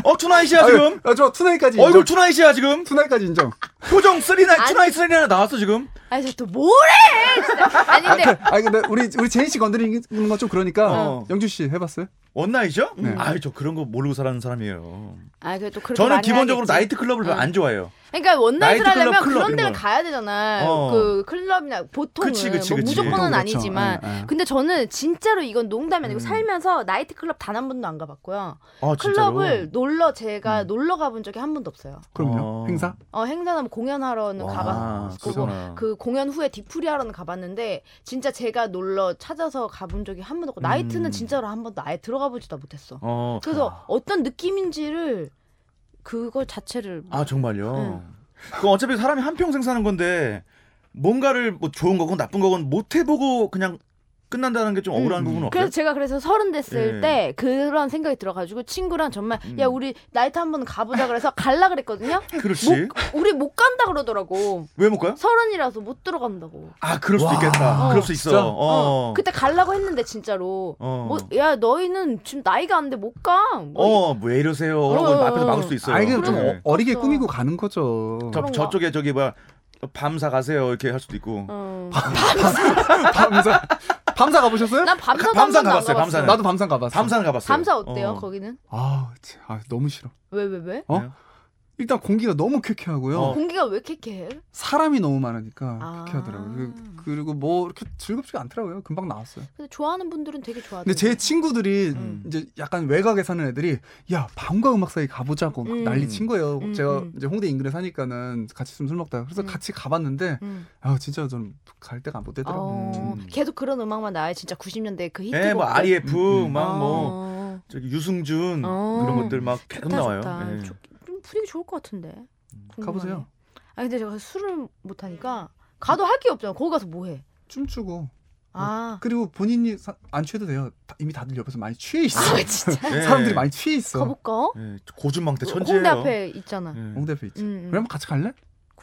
[SPEAKER 2] 어, 투나잇이야 지금.
[SPEAKER 1] 아, 저 투나잇까지 인정.
[SPEAKER 2] 얼굴 투나잇이야 지금.
[SPEAKER 1] 투나잇까지 인정.
[SPEAKER 2] 표정 쓰리나
[SPEAKER 3] 아니.
[SPEAKER 2] 투나잇 쓰리나 나왔어 지금.
[SPEAKER 3] 아니 저또 뭐래 진짜. 아니 근데
[SPEAKER 2] 그
[SPEAKER 1] 아 근데 우리 우리 제인 씨 건드리는 건 좀 그러니까
[SPEAKER 2] 어.
[SPEAKER 1] 영주 씨 해봤어요?
[SPEAKER 2] 원나잇이요?
[SPEAKER 1] 네.
[SPEAKER 2] 음. 아유 저 그런 거 모르고 사는 사람이에요.
[SPEAKER 3] 아, 그래도 그렇게
[SPEAKER 2] 저는
[SPEAKER 3] 많이
[SPEAKER 2] 기본적으로
[SPEAKER 3] 하겠지. 네.
[SPEAKER 2] 나이트 클럽을 별로 안 좋아해요.
[SPEAKER 3] 그러니까 원나잇을
[SPEAKER 2] 나이트 클럽,
[SPEAKER 3] 하려면
[SPEAKER 2] 클럽
[SPEAKER 3] 그런
[SPEAKER 2] 이런
[SPEAKER 3] 데를
[SPEAKER 2] 걸.
[SPEAKER 3] 가야 되잖아요.
[SPEAKER 2] 어.
[SPEAKER 3] 그 클럽이나 보통은
[SPEAKER 2] 그치, 그치, 어,
[SPEAKER 3] 뭐
[SPEAKER 2] 그치.
[SPEAKER 3] 무조건은
[SPEAKER 1] 보통 그렇죠.
[SPEAKER 3] 아니지만.
[SPEAKER 1] 예, 예.
[SPEAKER 3] 근데 저는 진짜로 이건 농담이 아니고 살면서 나이트 클럽 단 한 번도 안 가봤고요.
[SPEAKER 2] 음. 아 진짜로. 음.
[SPEAKER 3] 클럽을 놀러 제가 놀러 가본 적이 한 번도 없어요.
[SPEAKER 1] 그럼요.
[SPEAKER 2] 어.
[SPEAKER 1] 행사?
[SPEAKER 3] 어, 행사나 뭐 공연하러는
[SPEAKER 2] 와,
[SPEAKER 3] 가봤고
[SPEAKER 2] 그거구나.
[SPEAKER 3] 그 공연 후에 디풀이 하러는 가봤는데 진짜 제가 놀러 찾아서 가본 적이 한 번도 없고 나이트는 진짜로 한 번도 아예 들어가 보지도 못했어.
[SPEAKER 2] 음. 어.
[SPEAKER 3] 그래서 어떤 느낌인지를 그거 자체를
[SPEAKER 2] 아 정말요.
[SPEAKER 3] 응.
[SPEAKER 2] 그 어차피 사람이 한 평생 사는 건데 뭔가를 뭐 좋은 거건 나쁜 거건 못 해보고 그냥 끝난다는 게 좀 억울한
[SPEAKER 1] 음.
[SPEAKER 2] 부분은 없어요?
[SPEAKER 3] 그래서 제가 그래서 서른 됐을
[SPEAKER 2] 예.
[SPEAKER 3] 때 그런 생각이 들어가지고 친구랑 정말
[SPEAKER 2] 음.
[SPEAKER 3] 야 우리 나이트 한번 가보자 그래서 갈라 그랬거든요.
[SPEAKER 2] 그렇지.
[SPEAKER 3] 못, 우리 못 간다 그러더라고.
[SPEAKER 2] 왜 못 가요?
[SPEAKER 3] 서른이라서 못 들어간다고.
[SPEAKER 2] 아, 그럴 수도 있겠다.
[SPEAKER 3] 어.
[SPEAKER 2] 그럴 수 있어.
[SPEAKER 1] 진짜?
[SPEAKER 2] 어.
[SPEAKER 3] 그때 갈라고 했는데 진짜로.
[SPEAKER 2] 어.
[SPEAKER 3] 뭐, 야 너희는 지금 나이가 안 돼 못 가. 뭐
[SPEAKER 2] 어, 왜 이러세요?
[SPEAKER 3] 어.
[SPEAKER 2] 라고 앞에서 막을 수 있어요.
[SPEAKER 1] 아니 그냥 좀
[SPEAKER 2] 네.
[SPEAKER 1] 어, 어리게
[SPEAKER 3] 그렇죠.
[SPEAKER 1] 꾸미고 가는 거죠.
[SPEAKER 2] 저,
[SPEAKER 3] 그런 거.
[SPEAKER 2] 저쪽에 저기 뭐야 밤사 가세요 이렇게 할 수도 있고.
[SPEAKER 3] 이- 어.
[SPEAKER 1] 밤사 밤사 가보셨어요?
[SPEAKER 2] (laughs)
[SPEAKER 3] 난 밤사도 한
[SPEAKER 2] 네, 밤산
[SPEAKER 3] 번도 안
[SPEAKER 2] 가봤어요, 밤산.
[SPEAKER 3] 가봤어요.
[SPEAKER 1] 나도 밤산 가봤어.
[SPEAKER 2] 밤사는 가봤어요.
[SPEAKER 3] 밤사 어때요
[SPEAKER 2] 어.
[SPEAKER 3] 거기는?
[SPEAKER 1] 아, 참, 아, 너무 싫어.
[SPEAKER 3] 왜 왜 왜?
[SPEAKER 1] 어?
[SPEAKER 2] 네.
[SPEAKER 1] 일단 공기가 너무 쾌쾌하고요.
[SPEAKER 2] 어.
[SPEAKER 3] 공기가 왜 쾌쾌해?
[SPEAKER 1] 사람이 너무 많으니까
[SPEAKER 3] 아.
[SPEAKER 1] 쾌쾌하더라고요. 그- 그리고 뭐 이렇게 즐겁지가 않더라고요. 금방 나왔어요.
[SPEAKER 3] 근데 좋아하는 분들은 되게 좋아하던데
[SPEAKER 1] 근데
[SPEAKER 3] 네.
[SPEAKER 1] 제 친구들이
[SPEAKER 2] 음.
[SPEAKER 1] 이제 약간 외곽에 사는 애들이 야 밤과 음악 사이 가보자고 막
[SPEAKER 3] 음.
[SPEAKER 1] 난리 친 거예요.
[SPEAKER 3] 음,
[SPEAKER 1] 제가
[SPEAKER 3] 음.
[SPEAKER 1] 이제 홍대 인근에 사니까 같이 좀 술 먹다가 그래서
[SPEAKER 3] 음.
[SPEAKER 1] 같이 가봤는데
[SPEAKER 3] 음.
[SPEAKER 1] 아 진짜 저는 갈 데가 못 되더라고요.
[SPEAKER 3] 어,
[SPEAKER 2] 음.
[SPEAKER 3] 계속 그런 음악만 나와요. 진짜 90년대 그 히트곡.
[SPEAKER 2] 예, 뭐 R.E.F.
[SPEAKER 1] 음, 음.
[SPEAKER 2] 막 뭐 저기 유승준
[SPEAKER 3] 어.
[SPEAKER 2] 그런 것들 막 계속
[SPEAKER 3] 좋다,
[SPEAKER 2] 나와요.
[SPEAKER 3] 좋다.
[SPEAKER 2] 예.
[SPEAKER 3] 좋- 좀 분위기 좋을 것 같은데. 궁금하네.
[SPEAKER 1] 가보세요.
[SPEAKER 3] 아 근데 제가 술을 못 하니까 가도 할 게 없잖아. 거기 가서 뭐
[SPEAKER 2] 음.
[SPEAKER 3] 해?
[SPEAKER 1] 춤추고
[SPEAKER 3] 아.
[SPEAKER 1] 그리고 본인이 사- 안 취해도 돼요. 다- 이미 다들 옆에서 많이 취해 있어.
[SPEAKER 3] 아 (laughs) 진짜.
[SPEAKER 2] 예.
[SPEAKER 1] 그 사람들이 많이 취해 있어.
[SPEAKER 3] 가볼까? 그
[SPEAKER 2] 예, 저 고준망 때 천재예요.
[SPEAKER 3] 어, 홍대 앞에 있잖아.
[SPEAKER 2] 예.
[SPEAKER 1] 홍 대표 있지.
[SPEAKER 3] 음, 음.
[SPEAKER 1] 그럼 같이 갈래?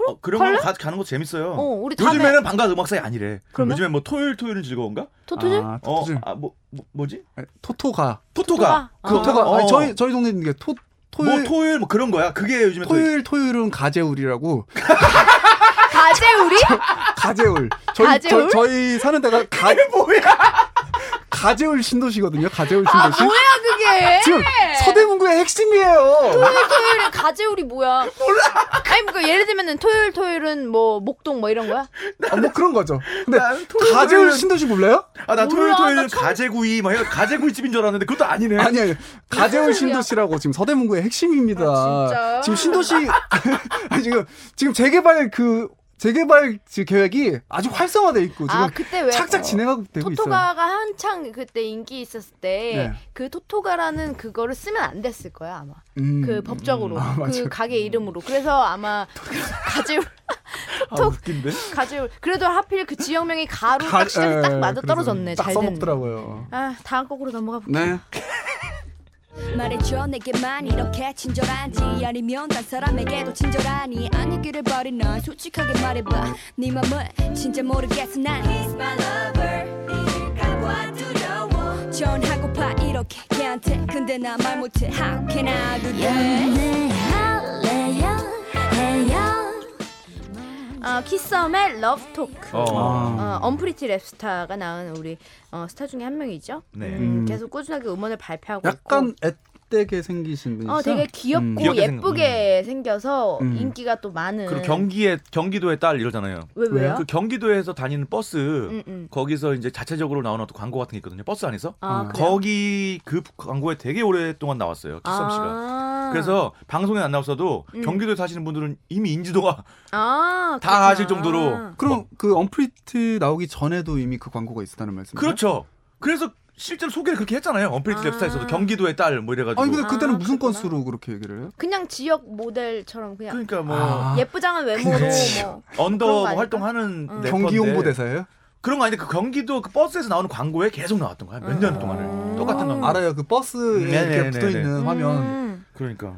[SPEAKER 2] 어, 그런
[SPEAKER 3] 갈래?
[SPEAKER 2] 거 가- 가는 거 재밌어요.
[SPEAKER 3] 어, 우리 다음에
[SPEAKER 2] 요즘에는 방과 음악사이 아니래.
[SPEAKER 3] 그러면?
[SPEAKER 2] 요즘에 뭐 토요일 토요일은 즐거운가?
[SPEAKER 3] 토토즈?
[SPEAKER 1] 아,
[SPEAKER 2] 어,
[SPEAKER 1] 토토즈.
[SPEAKER 2] 아, 뭐, 뭐 뭐지?
[SPEAKER 1] 아니, 토토가.
[SPEAKER 2] 토토가.
[SPEAKER 3] 아.
[SPEAKER 1] 토토가.
[SPEAKER 2] 어.
[SPEAKER 1] 아니, 저희 저희 동네 있는 게토
[SPEAKER 2] 뭐
[SPEAKER 1] 토요일
[SPEAKER 2] 토요일 뭐 그런 거야. 그게 요즘에
[SPEAKER 1] 토요일
[SPEAKER 2] 토요일.
[SPEAKER 1] 토요일은
[SPEAKER 3] (laughs)
[SPEAKER 1] 가재울이라고
[SPEAKER 3] 가재우리?
[SPEAKER 1] 가재울 저희 저,
[SPEAKER 3] 가재울?
[SPEAKER 1] 저희 사는
[SPEAKER 3] (laughs)
[SPEAKER 1] 데가 가 가재울 신도시거든요 가재울 신도시
[SPEAKER 3] 아, 뭐야 그게?
[SPEAKER 1] 지금 서대문구의 핵심이에요
[SPEAKER 3] 토요일에 가재우리 뭐야? 몰라. 아니 그러니까 예를 들면은 토요일 토요일은 뭐 목동 뭐 이런 거야?
[SPEAKER 1] 아, 뭐 그런 거죠
[SPEAKER 3] (laughs)
[SPEAKER 1] 근데
[SPEAKER 2] 나는 토요일은-
[SPEAKER 1] 가재울 신도시 몰라요
[SPEAKER 2] 아, 나 토요일
[SPEAKER 3] 몰라, 나
[SPEAKER 2] 토요일은
[SPEAKER 3] 처음-
[SPEAKER 2] 가재구이 막 해서 가재구이 집인 줄 알았는데 그것도 아니네.
[SPEAKER 1] 아니 아니 가재울
[SPEAKER 3] 소리야?
[SPEAKER 1] 신도시라고 지금 서대문구의 핵심입니다
[SPEAKER 3] 아, 진짜?
[SPEAKER 1] 지금 신도시 (laughs) 아니, 지금 지금 재개발 그 재개발 지금 계획이 아주 활성화돼 있고 지금
[SPEAKER 3] 아 그때 왜
[SPEAKER 1] 착착 진행하고 되고 있어요
[SPEAKER 3] 토토가가 한창 그때 인기 있었을 때
[SPEAKER 1] 네.
[SPEAKER 3] 그 토토가라는 그거를 쓰면 안 됐을 거야 아마
[SPEAKER 1] 음,
[SPEAKER 3] 그 법적으로
[SPEAKER 1] 아,
[SPEAKER 3] 그
[SPEAKER 1] 맞아요.
[SPEAKER 3] 가게 이름으로 그래서 아마 가재울
[SPEAKER 1] 아, 웃긴데
[SPEAKER 3] 가재울 그래도 하필 그 지역명이 가로
[SPEAKER 1] 가-
[SPEAKER 3] 딱 시작해서 딱
[SPEAKER 1] 예,
[SPEAKER 3] 맞아 떨어졌네
[SPEAKER 1] 그래서 딱
[SPEAKER 3] 잘 됐네
[SPEAKER 1] 써먹더라고요
[SPEAKER 3] 아 다음 곡으로 넘어가 볼게요
[SPEAKER 1] 네
[SPEAKER 5] 말해줘 내게만 이렇게 친절한지 아니면 딴 사람에게도 친절하니 아니기를 바래 난 솔직하게 말해봐 네 맘을 진짜 모르겠어 난 He's my lover 이을까봐 두려워 전하고파 이렇게 걔한테 근데 나 말 못해 How can I do that 연애할래요 해요
[SPEAKER 1] 음.
[SPEAKER 3] 어, 키썸의 러브 토크
[SPEAKER 2] 어.
[SPEAKER 1] 아,
[SPEAKER 3] 어, 언프리티 랩스타가 낳은 우리 어, 스타 중에 한 명이죠
[SPEAKER 2] 네.
[SPEAKER 3] 음, 계속 꾸준하게 음원을 발표하고 있고
[SPEAKER 1] 약간 앳되게 생기신 분이 있어요.
[SPEAKER 3] 어, 되게 귀엽고
[SPEAKER 2] 음. 귀엽게 생-
[SPEAKER 3] 예쁘게 생겨서
[SPEAKER 1] 음.
[SPEAKER 3] 인기가 또 많은
[SPEAKER 2] 그리고 경기에 경기도의 딸 이러잖아요.
[SPEAKER 3] 왜 왜요?
[SPEAKER 2] 그 경기도에서 다니는 버스
[SPEAKER 3] 어? 음.
[SPEAKER 2] 거기서 이제 자체적으로 나오는 어떤 광고 같은 게 있거든요. 버스 안에서
[SPEAKER 3] 아, 그래요?
[SPEAKER 2] 거기 그 광고에 되게 오랫동안 나왔어요. 키썸 씨가.
[SPEAKER 3] 아.
[SPEAKER 2] 그래서 방송에 안 나왔어도
[SPEAKER 3] 음.
[SPEAKER 2] 경기도에 사시는 분들은 이미 인지도가
[SPEAKER 3] 아,
[SPEAKER 2] 다 아실
[SPEAKER 3] 실
[SPEAKER 2] 정도로
[SPEAKER 1] 그럼 그 언프리트 나오기 전에도 이미 그 광고가 있었다는 말씀이에요?
[SPEAKER 2] 그렇죠. 그래서 실제로 소개를 그렇게 했잖아요. 언필트
[SPEAKER 3] 아.
[SPEAKER 2] 랩스타에서도 경기도의 딸 뭐 이래가지고.
[SPEAKER 1] 아니 근데 그때는
[SPEAKER 3] 아,
[SPEAKER 1] 무슨
[SPEAKER 3] 그렇구나.
[SPEAKER 1] 건수로 그렇게 얘기를 해요?
[SPEAKER 3] 그냥 지역 모델처럼 그냥
[SPEAKER 2] 그러니까 뭐
[SPEAKER 1] 아,
[SPEAKER 3] 예쁘장한 외모로
[SPEAKER 1] 그치.
[SPEAKER 3] 뭐 그런
[SPEAKER 2] 언더
[SPEAKER 3] 거
[SPEAKER 2] 뭐
[SPEAKER 3] 아닐까? 음.
[SPEAKER 2] 활동하는
[SPEAKER 3] 응.
[SPEAKER 2] 래퍼인데
[SPEAKER 1] 경기 홍보 대사예요?
[SPEAKER 2] 그런 거 아닌데 그 경기도 그 버스에서 나오는 광고에 계속 나왔던 거야. 몇 년
[SPEAKER 3] 음.
[SPEAKER 2] 동안을
[SPEAKER 3] 음.
[SPEAKER 2] 똑같은 광고.
[SPEAKER 1] 알아요 그 버스에
[SPEAKER 2] 네네네네.
[SPEAKER 1] 이렇게 붙어 있는
[SPEAKER 3] 음.
[SPEAKER 1] 화면.
[SPEAKER 2] 그러니까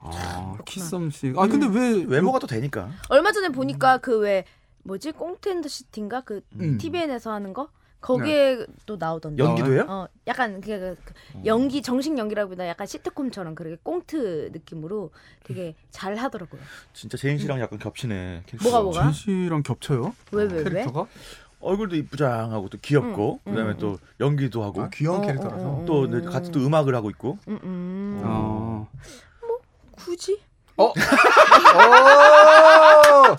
[SPEAKER 1] 아 키썸 씨. 아 근데 왜
[SPEAKER 2] 외모가 또 되니까.
[SPEAKER 3] 얼마 전에
[SPEAKER 2] 음.
[SPEAKER 3] 보니까 그 왜 뭐지 꽁트앤더 시티인가 그
[SPEAKER 1] 음.
[SPEAKER 3] TVN에서 하는 거 거기에 또 나오던데.
[SPEAKER 1] 연-
[SPEAKER 2] 네. 연기도요?
[SPEAKER 3] 어, 약간 그, 그- 그 연기 정식 연기라기보다 약간 시트콤처럼 그렇게 꽁트 느낌으로 되게 잘 하더라고요.
[SPEAKER 2] 진짜 제인 씨랑 약간 겹치네. 캐릭터.
[SPEAKER 3] 뭐가 뭐가?
[SPEAKER 1] 진 씨랑 겹쳐요?
[SPEAKER 3] 왜 왜 어? 왜?
[SPEAKER 1] 어, 캐릭터가?
[SPEAKER 2] 얼굴도 이쁘장하고 또 귀엽고 그다음에 또 연기도 하고
[SPEAKER 1] 아, 귀여운
[SPEAKER 3] 어,
[SPEAKER 1] 캐릭터라서.
[SPEAKER 3] 어, 어, 어.
[SPEAKER 2] 또 이제 같이 또 음악을 하고 있고.
[SPEAKER 3] 음, 음.
[SPEAKER 1] 어.
[SPEAKER 3] 굳이?
[SPEAKER 1] 오! 어!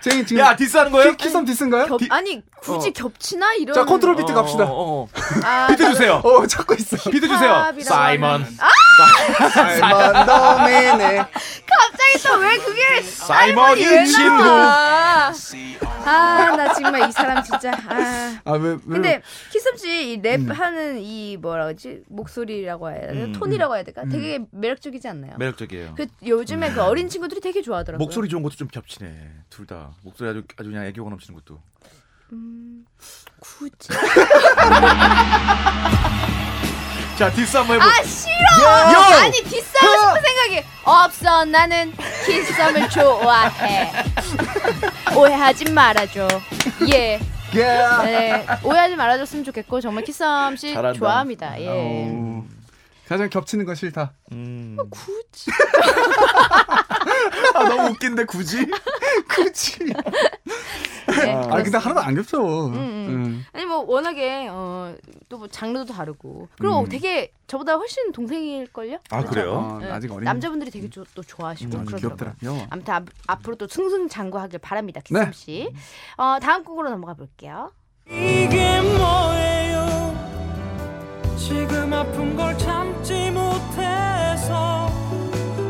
[SPEAKER 1] 제인 지금
[SPEAKER 2] 야 디스하는 거예요? 음.
[SPEAKER 1] 키, 키썸 디스인가요?
[SPEAKER 3] 겹, 아니 굳이 겹치나 이런.
[SPEAKER 1] 어. 자 컨트롤 비트 갑시다. 어,
[SPEAKER 2] 어, 어.
[SPEAKER 3] 아,
[SPEAKER 2] 비트 주세요.
[SPEAKER 1] 찾고 (laughs) 있어.
[SPEAKER 2] 비트 주세요.
[SPEAKER 3] 힙합이라고
[SPEAKER 2] 사이먼.
[SPEAKER 1] 알만 더맨의
[SPEAKER 3] 갑자기 또 왜 그게
[SPEAKER 2] 사이먼이 친구.
[SPEAKER 3] 아나 (laughs) 정말 이 사람 진짜. 아.
[SPEAKER 1] 아, 왜, 음. 왜,
[SPEAKER 3] 근데 키썸 씨이 랩하는 이 뭐라 그러지 목소리라고 해야 되나
[SPEAKER 2] 음,
[SPEAKER 3] 톤이라고 해야 될까?
[SPEAKER 1] 음.
[SPEAKER 3] 되게 매력적이지 않나요?
[SPEAKER 2] 매력적이에요.
[SPEAKER 3] 그 요즘에 그 어린 친구들이 되게 좋아하더라고요.
[SPEAKER 2] 목소리 좋은 것도 좀 겹치네. 둘 다 목소리 아주 아주 그냥 애교가 넘치는 것도.
[SPEAKER 3] 굳이.
[SPEAKER 2] 자 디스 한번 해보.
[SPEAKER 3] 아 싫어. 아니 디스하고 싶은 생각이 없어. 나는
[SPEAKER 1] (laughs)
[SPEAKER 3] 키썸을 좋아해. 오해하지 말아줘. 예. 네. 오해하지 말아줬으면 좋겠고 정말 키썸 씨
[SPEAKER 2] 잘한다.
[SPEAKER 3] 좋아합니다. 예.
[SPEAKER 1] 음. 가장 겹치는 건 싫다.
[SPEAKER 2] 음.
[SPEAKER 3] 굳이.
[SPEAKER 1] 아, 너무 웃긴데
[SPEAKER 3] (laughs)
[SPEAKER 1] 굳이? 굳이.
[SPEAKER 3] 네,
[SPEAKER 1] 아 근데
[SPEAKER 3] 그렇습니다.
[SPEAKER 1] 하나도 안 겹쳐.
[SPEAKER 3] 음. 아니 뭐 워낙에 어또뭐 장르도 다르고 그리고
[SPEAKER 1] 음.
[SPEAKER 3] 되게 저보다 훨씬 동생일 걸요? 네.
[SPEAKER 2] 아
[SPEAKER 1] 음.
[SPEAKER 2] 그래요?
[SPEAKER 1] 어, 아직 어린.
[SPEAKER 3] 남자분들이 되게 조- 또 좋아하시고
[SPEAKER 1] 음,
[SPEAKER 3] 그러더라고요.
[SPEAKER 1] 귀엽더라고요.
[SPEAKER 3] 아무튼 앞, 앞으로 또 승승장구하길 바랍니다, 기sam
[SPEAKER 1] 네.
[SPEAKER 3] 씨. 어, 다음 곡으로 넘어가 볼게요.
[SPEAKER 4] 이게 뭐예요 지금 아픈 걸 참지 못해서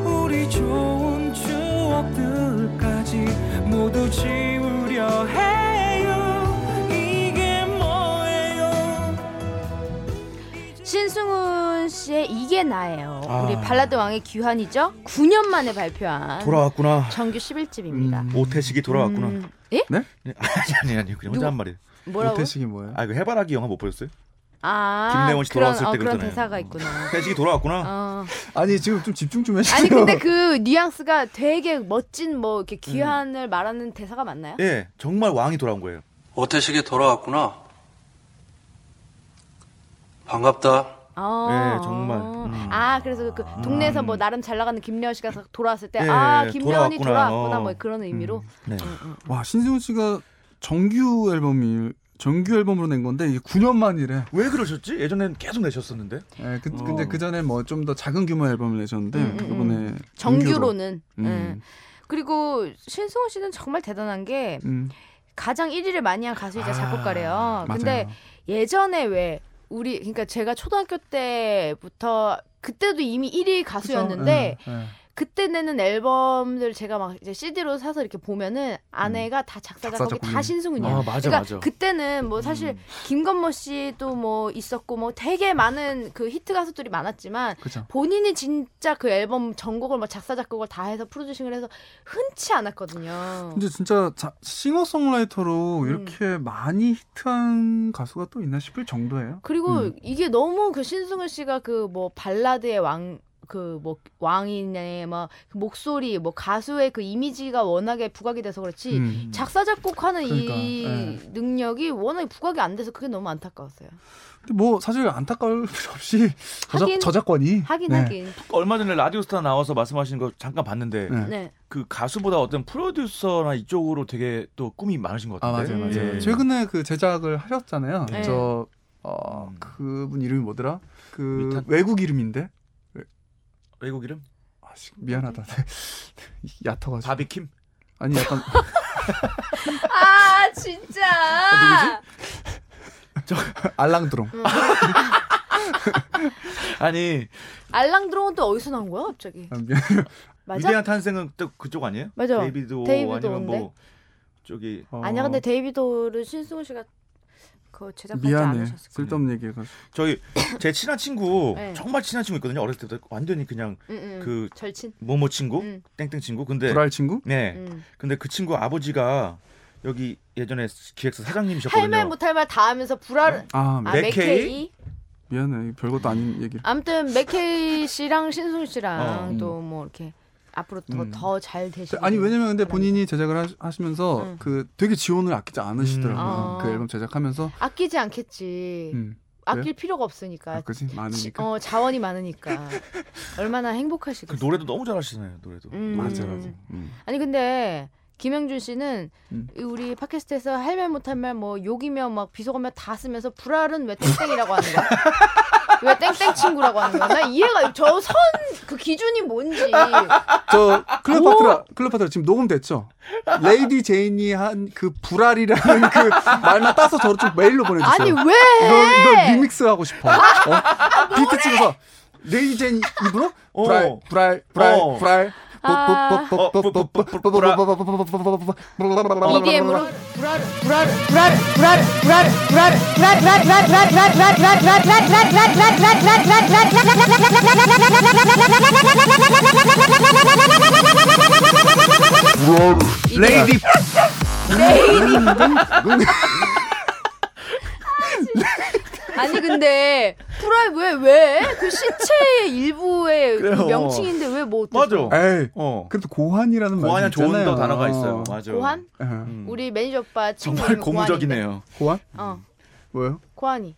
[SPEAKER 4] 우리 좋은 추억들까지 모두 지우려 해요 이게 뭐예요
[SPEAKER 3] 신승훈 씨의 이게 나예요.
[SPEAKER 2] 아.
[SPEAKER 3] 우리 발라드 왕의 귀환이죠. 9년 만에 발표한
[SPEAKER 2] 돌아왔구나.
[SPEAKER 3] 정규 11집입니다.
[SPEAKER 1] 음.
[SPEAKER 2] 오태식이 돌아왔구나.
[SPEAKER 3] 음, 예?
[SPEAKER 2] (laughs) 아니 아니 아니 그냥 혼자 한 말이에요.
[SPEAKER 3] 뭐라고?
[SPEAKER 1] 태식이 뭐예요?
[SPEAKER 2] 아 이거 해바라기 영화 못 보셨어요?
[SPEAKER 3] 아,
[SPEAKER 2] 김래원 씨
[SPEAKER 3] 그런,
[SPEAKER 2] 돌아왔을
[SPEAKER 3] 어,
[SPEAKER 2] 때
[SPEAKER 3] 그런
[SPEAKER 2] 그러잖아요.
[SPEAKER 3] 대사가 있구나.
[SPEAKER 2] 태식이 돌아왔구나.
[SPEAKER 3] 어.
[SPEAKER 1] 아니 지금 좀 집중 좀 해주세요.
[SPEAKER 3] 아니
[SPEAKER 2] (laughs)
[SPEAKER 3] 근데 그 뉘앙스가 되게 멋진 뭐 이렇게 귀환을 말하는 대사가 맞나요?
[SPEAKER 2] 예, 정말 왕이 돌아온 거예요.
[SPEAKER 6] 오태식이 돌아왔구나. 반갑다.
[SPEAKER 3] 어.
[SPEAKER 2] 예, 정말. 음.
[SPEAKER 3] 아, 그래서 그 동네에서 뭐 나름 잘 나가는 김래원 씨가 돌아왔을 때,
[SPEAKER 2] 예,
[SPEAKER 3] 아, 김래원이
[SPEAKER 2] 돌아왔구나.
[SPEAKER 3] 돌아왔구나,
[SPEAKER 2] 어.
[SPEAKER 3] 뭐 그런 의미로.
[SPEAKER 2] 네.
[SPEAKER 3] 어.
[SPEAKER 1] 와 신승훈 씨가 정규 앨범이 정규 앨범으로 낸 건데 이게 9년 만이래.
[SPEAKER 2] 왜 그러셨지? 예전엔 계속 내셨었는데.
[SPEAKER 1] 예, 그, 근데 그 전에 뭐 좀 더 작은 규모 앨범을 내셨는데 이번에
[SPEAKER 3] 음, 정규로는.
[SPEAKER 1] 음.
[SPEAKER 3] 예. 그리고 신승훈 씨는 정말 대단한 게
[SPEAKER 1] 음.
[SPEAKER 3] 가장 1위를 많이 한 가수이자
[SPEAKER 2] 아,
[SPEAKER 3] 작곡가래요.
[SPEAKER 1] 맞아요.
[SPEAKER 3] 어, 근데 예전에 왜 우리 그러니까 제가 초등학교 때부터 그때도 이미 1위 가수였는데
[SPEAKER 1] 그죠? 예, 예.
[SPEAKER 2] 음.
[SPEAKER 3] 그때 내는 앨범들 제가 막 이제 CD로 사서 이렇게 보면은 아내가
[SPEAKER 2] 음.
[SPEAKER 3] 다 작사
[SPEAKER 1] 작사,
[SPEAKER 3] 작곡이 다
[SPEAKER 1] 작곡이.
[SPEAKER 3] 신승훈이야.
[SPEAKER 2] 아, 맞아,
[SPEAKER 3] 그러니까
[SPEAKER 2] 맞아.
[SPEAKER 3] 그때는 뭐 사실
[SPEAKER 2] 음.
[SPEAKER 3] 김건모 씨도 뭐 있었고 뭐 되게 많은 그 히트 가수들이 많았지만
[SPEAKER 1] 그죠.
[SPEAKER 3] 본인이 진짜 그 앨범 전곡을 뭐 작사 작곡을 다 해서 프로듀싱을 해서 흔치 않았거든요.
[SPEAKER 1] 근데 진짜 자,
[SPEAKER 3] 음.
[SPEAKER 1] 싱어송라이터로 이렇게 많이 히트한 가수가 또 있나 싶을 정도예요.
[SPEAKER 3] 그리고
[SPEAKER 1] 음.
[SPEAKER 3] 이게 너무 그 신승훈 씨가 그 뭐 발라드의 왕 그 뭐 왕인의 막 목소리 뭐 가수의 그 이미지가 워낙에 부각이 돼서 그렇지
[SPEAKER 1] 음.
[SPEAKER 3] 작사 작곡하는 이
[SPEAKER 1] 그러니까,
[SPEAKER 3] 능력이 워낙에 부각이 안 돼서 그게 너무 안타까웠어요.
[SPEAKER 1] 근데 뭐 사실 안타까울 필요 없이 저작,
[SPEAKER 3] 하긴-
[SPEAKER 1] 저작권이
[SPEAKER 3] 하긴
[SPEAKER 1] 네.
[SPEAKER 3] 하긴.
[SPEAKER 2] 그 얼마 전에 라디오스타 나와서 말씀하신 거 잠깐 봤는데
[SPEAKER 1] 네.
[SPEAKER 3] 네.
[SPEAKER 2] 그 가수보다 어떤 프로듀서나 이쪽으로 되게 또 꿈이 많으신 것
[SPEAKER 1] 아
[SPEAKER 2] 같은데.
[SPEAKER 1] 맞아요, 맞아요.
[SPEAKER 2] 예.
[SPEAKER 1] 최근에 그 제작을 하셨잖아요.
[SPEAKER 3] 네.
[SPEAKER 1] 저 어,
[SPEAKER 2] 음.
[SPEAKER 1] 그분 이름이 뭐더라? 그
[SPEAKER 2] 위탄?
[SPEAKER 1] 외국 이름인데
[SPEAKER 2] 외국 이름?
[SPEAKER 1] 아, 씨, 미안하다.
[SPEAKER 3] 네.
[SPEAKER 1] (laughs) 얕아가지고
[SPEAKER 2] 바비킴?
[SPEAKER 1] 아니 약간 (laughs)
[SPEAKER 3] 아 진짜.
[SPEAKER 1] 알랑드롱.
[SPEAKER 2] 아니
[SPEAKER 3] 알랑드롱은 또 어디서 나온 거야 갑자기?
[SPEAKER 1] 아, 미안.
[SPEAKER 3] 맞아?
[SPEAKER 2] 위대한 탄생은 또 그쪽 아니에요?
[SPEAKER 3] 맞아.
[SPEAKER 2] 데이비드 오
[SPEAKER 3] 데이비드
[SPEAKER 2] 아니면
[SPEAKER 3] 오인데?
[SPEAKER 2] 뭐 저기
[SPEAKER 1] 어,
[SPEAKER 3] (laughs) 아니야 근데 데이비도를 신승훈 씨가 그 제작하지
[SPEAKER 1] 미안해.
[SPEAKER 3] 않으셨을 거예요.
[SPEAKER 1] 쓸데없는 얘기해가지고.
[SPEAKER 2] 저기 제 친한 친구
[SPEAKER 3] 네.
[SPEAKER 2] 정말 친한 친구 있거든요. 어렸을 때부터 완전히 그냥
[SPEAKER 3] 응, 응.
[SPEAKER 2] 그
[SPEAKER 3] 절친.
[SPEAKER 2] 뭐뭐
[SPEAKER 1] 어?
[SPEAKER 2] 친구
[SPEAKER 3] 음.
[SPEAKER 2] 땡땡 친구. 근데
[SPEAKER 1] 불알 친구?
[SPEAKER 2] 네.
[SPEAKER 3] 응.
[SPEAKER 2] 근데 그 친구 아버지가 여기 예전에 기획사 사장님이셨거든요.
[SPEAKER 3] 할말 못할 말 다 하면서 불알.
[SPEAKER 1] 아
[SPEAKER 3] 아
[SPEAKER 1] 미-
[SPEAKER 3] 맥케이.
[SPEAKER 2] 맥케이?
[SPEAKER 1] 미안해. 별것도 아닌 얘기를.
[SPEAKER 3] 아무튼 맥케이 씨랑 신승훈 씨랑
[SPEAKER 1] 어.
[SPEAKER 3] 또 뭐 이렇게 앞으로
[SPEAKER 1] 음.
[SPEAKER 3] 더 더 잘 되시.
[SPEAKER 1] 아니 왜냐면 근데 본인이 제작을 하시- 하시면서
[SPEAKER 3] 음.
[SPEAKER 1] 그 되게 지원을 아끼지 않으시더라고요.
[SPEAKER 3] 음.
[SPEAKER 1] 그 앨범 제작하면서.
[SPEAKER 3] 아끼지 않겠지.
[SPEAKER 1] 음.
[SPEAKER 3] 아낄 필요가 없으니까.
[SPEAKER 1] 그지
[SPEAKER 3] 지-
[SPEAKER 1] 많으니까.
[SPEAKER 3] 어 자원이
[SPEAKER 1] (laughs)
[SPEAKER 3] 많으니까 얼마나 행복하시겠어요.
[SPEAKER 2] 그 노래도 너무 잘하시잖아요. 노래도.
[SPEAKER 3] 음.
[SPEAKER 1] 맞아 맞아.
[SPEAKER 3] 음. 아니 근데 김영준 씨는
[SPEAKER 1] 음.
[SPEAKER 3] 이 우리 팟캐스트에서 할 말 못할 말 뭐 욕이며 막 비속어며 다 쓰면서 불알은 왜 땡땡이라고 하는 거야? 왜 땡땡 친구라고 하는 거야? 나 이해가 저 선 그 기준이 뭔지.
[SPEAKER 1] 저 클레오파트라 클레오파트라 지금 녹음됐죠? 레이디 제인이 한 그 불알이라는 그 말만 따서 저를 좀 메일로 보내주세요.
[SPEAKER 3] 아니 왜?
[SPEAKER 1] 이걸, 이걸 리믹스 하고 싶어. 어? 비트 찍어서 레이디 제인 입으로
[SPEAKER 2] 어.
[SPEAKER 1] 불알 불알 불알
[SPEAKER 2] 어.
[SPEAKER 1] 불알
[SPEAKER 3] 아. EDM으로 불알 불알 불알 불알 불알 불알 불알 불알 불알 불알 불알 불알 불알 불알 불알 불알
[SPEAKER 1] 레이디
[SPEAKER 3] 레이디. 아니 근데 프라이 왜왜그 시체의 일부의 그
[SPEAKER 2] 그래요.
[SPEAKER 3] 명칭인데 왜 뭐
[SPEAKER 2] 맞아.
[SPEAKER 1] 에이.
[SPEAKER 2] 어.
[SPEAKER 1] 그래도 고환이라는 말이
[SPEAKER 2] 고환이 좋은
[SPEAKER 1] 있잖아요.
[SPEAKER 2] 더 단어가 있어요. 맞아.
[SPEAKER 3] 고환?
[SPEAKER 1] 예.
[SPEAKER 2] 음.
[SPEAKER 3] 우리 매니저 오빠 친구
[SPEAKER 2] 정말
[SPEAKER 3] 이름이
[SPEAKER 2] 고무적이네요.
[SPEAKER 1] 고환?
[SPEAKER 3] 고환인데. 어
[SPEAKER 1] 뭐예요?
[SPEAKER 3] 고환이.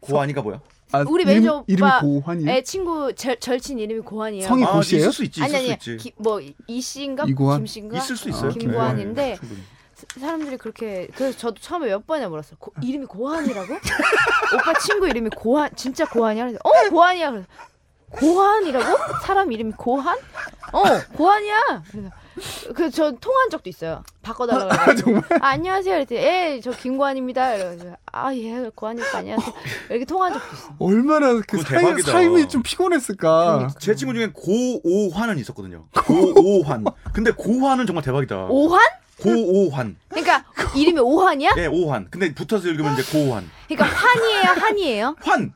[SPEAKER 2] 고환이가 뭐야?
[SPEAKER 1] 아,
[SPEAKER 3] 우리
[SPEAKER 1] 이름,
[SPEAKER 3] 매니저
[SPEAKER 1] 이름이
[SPEAKER 3] 오빠
[SPEAKER 1] 고환이에요?
[SPEAKER 3] 애 친구 절, 절친 이름이 고환이에요.
[SPEAKER 1] 성이- 이게
[SPEAKER 2] 아,
[SPEAKER 1] 고시예요?
[SPEAKER 2] 있을 수 있지. 있을
[SPEAKER 3] 아니
[SPEAKER 2] 수
[SPEAKER 3] 아니
[SPEAKER 2] 있지.
[SPEAKER 3] 뭐 이씨인가
[SPEAKER 1] 이고환?
[SPEAKER 3] 김씨인가
[SPEAKER 2] 있을 수 있어요.
[SPEAKER 1] 아,
[SPEAKER 3] 김고환인데
[SPEAKER 2] 네, 충분히.
[SPEAKER 3] 사- 사람들이 그렇게 그래서 저도 처음에 몇 번이나 물었어요. 고- 이름이 고환이라고? 오빠 친구 이름이 고환 진짜 고환이야? 그래서 어 고환이야. 그래서 고환이라고? 사람 이름이 고환? 어 고환이야. 그래서 그저 통화한 적도 있어요. 바꿔달라고. 아,
[SPEAKER 1] 정말?
[SPEAKER 3] 아, 안녕하세요. 그랬더니 예저 김고환입니다. 이러면서 아예 고환이 오빠 안녕하세요. 이렇게 통화한 적도 있어. 요
[SPEAKER 1] 얼마나 그
[SPEAKER 2] 그거
[SPEAKER 1] 사이,
[SPEAKER 2] 대박이다.
[SPEAKER 1] 삶이 좀 피곤했을까.
[SPEAKER 2] 제 친구 중에 고오환은
[SPEAKER 1] (laughs)
[SPEAKER 2] 있었거든요. 고오환. 근데 고환은 정말 대박이다.
[SPEAKER 3] 오환?
[SPEAKER 2] 고오환.
[SPEAKER 3] 그러니까 이름이 오환이야?
[SPEAKER 2] 예, 오환. 근데 붙어서 읽으면 이제 고오환.
[SPEAKER 3] 그러니까 환이에요, 한이에요?
[SPEAKER 2] 환.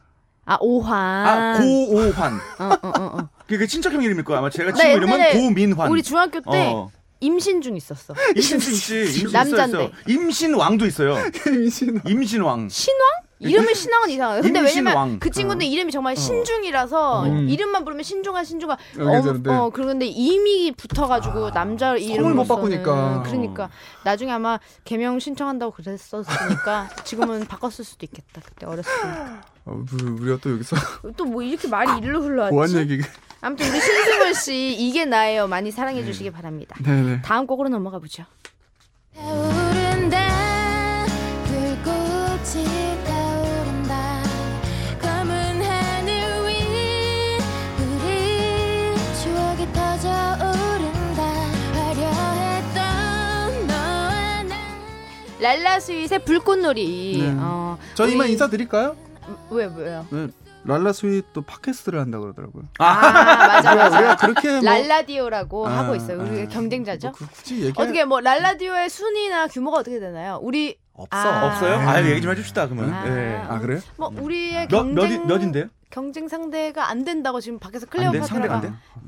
[SPEAKER 3] 아 오환.
[SPEAKER 2] 아, 고오환.
[SPEAKER 3] 어, 어, 어, 어.
[SPEAKER 2] 그게 친척형 이름일 거야. 아마 제가
[SPEAKER 3] 나
[SPEAKER 2] 친구
[SPEAKER 3] 옛날에
[SPEAKER 2] 이름은 고민환.
[SPEAKER 3] 네, 우리 중학교 때
[SPEAKER 2] 어. (laughs)
[SPEAKER 3] 임신 중 있었어.
[SPEAKER 2] 임신 있지. 임신 있어,
[SPEAKER 3] 남잔데.
[SPEAKER 2] 있어. 임신왕도 있어요.
[SPEAKER 1] (laughs) 임신.
[SPEAKER 2] 임신왕.
[SPEAKER 3] 신왕? 이름의 신왕은 이상해요. 근데 왜냐면
[SPEAKER 2] 임신왕.
[SPEAKER 3] 그 친구는 이름이 정말 신중이라서
[SPEAKER 1] 음.
[SPEAKER 3] 이름만 부르면 신중한 신중한.
[SPEAKER 1] 어,
[SPEAKER 3] 어,
[SPEAKER 1] 괜찮은데.
[SPEAKER 3] 어, 그런데 이미 붙어가지고 남자 이름을
[SPEAKER 1] 못 바꾸니까.
[SPEAKER 3] 그러니까 나중에 아마 개명 신청한다고 그랬었으니까 지금은 바꿨을 수도 있겠다. 그때 어렸으니까.
[SPEAKER 1] 어, 우리- 우리가 또 여기서
[SPEAKER 3] 또 뭐 이렇게 말이 일로
[SPEAKER 1] (laughs)
[SPEAKER 3] 흘러왔지?
[SPEAKER 1] 고환 얘기가.
[SPEAKER 3] 아무튼 우리 신승훈 씨 이게 나예요. 많이 사랑해 주시기 바랍니다.
[SPEAKER 1] 네네.
[SPEAKER 3] 다음 곡으로 넘어가 보죠.
[SPEAKER 5] 타오른다 불꽃이 타오른다 검은 하늘 위 우리 추억이 터져오른다 화려했던 너와 나
[SPEAKER 3] 랄라 스윗의 불꽃놀이.
[SPEAKER 1] 네.
[SPEAKER 3] 어,
[SPEAKER 1] 저희 이만
[SPEAKER 3] 우리-
[SPEAKER 1] 인사드릴까요?
[SPEAKER 3] 왜 왜요?
[SPEAKER 1] 네. 랄라 스윗 또 팟캐스트를 한다 그러더라고요.
[SPEAKER 3] 아 맞아
[SPEAKER 1] 우리가,
[SPEAKER 3] 맞아.
[SPEAKER 1] 우리가 그렇게 뭐
[SPEAKER 3] 랄라디오라고
[SPEAKER 1] 아,
[SPEAKER 3] 하고 있어요. 우리
[SPEAKER 1] 아.
[SPEAKER 3] 가 경쟁자죠.
[SPEAKER 1] 뭐 굳이 얘기
[SPEAKER 3] 어떻게 뭐 랄라디오의 순위나 규모가 어떻게 되나요? 우리
[SPEAKER 1] 없어.
[SPEAKER 3] 아.
[SPEAKER 2] 없어요? 아, 얘기 좀 해줍시다. 그러면.
[SPEAKER 3] 아.
[SPEAKER 2] 예.
[SPEAKER 1] 아 그래요?
[SPEAKER 3] 뭐 우리의
[SPEAKER 2] 몇, 몇,
[SPEAKER 3] 경쟁
[SPEAKER 2] 몇인데요?
[SPEAKER 3] 경쟁 상대가 안 된다고 지금 밖에서
[SPEAKER 2] 안 돼? 상대가 안
[SPEAKER 3] 클레오파트라가 아,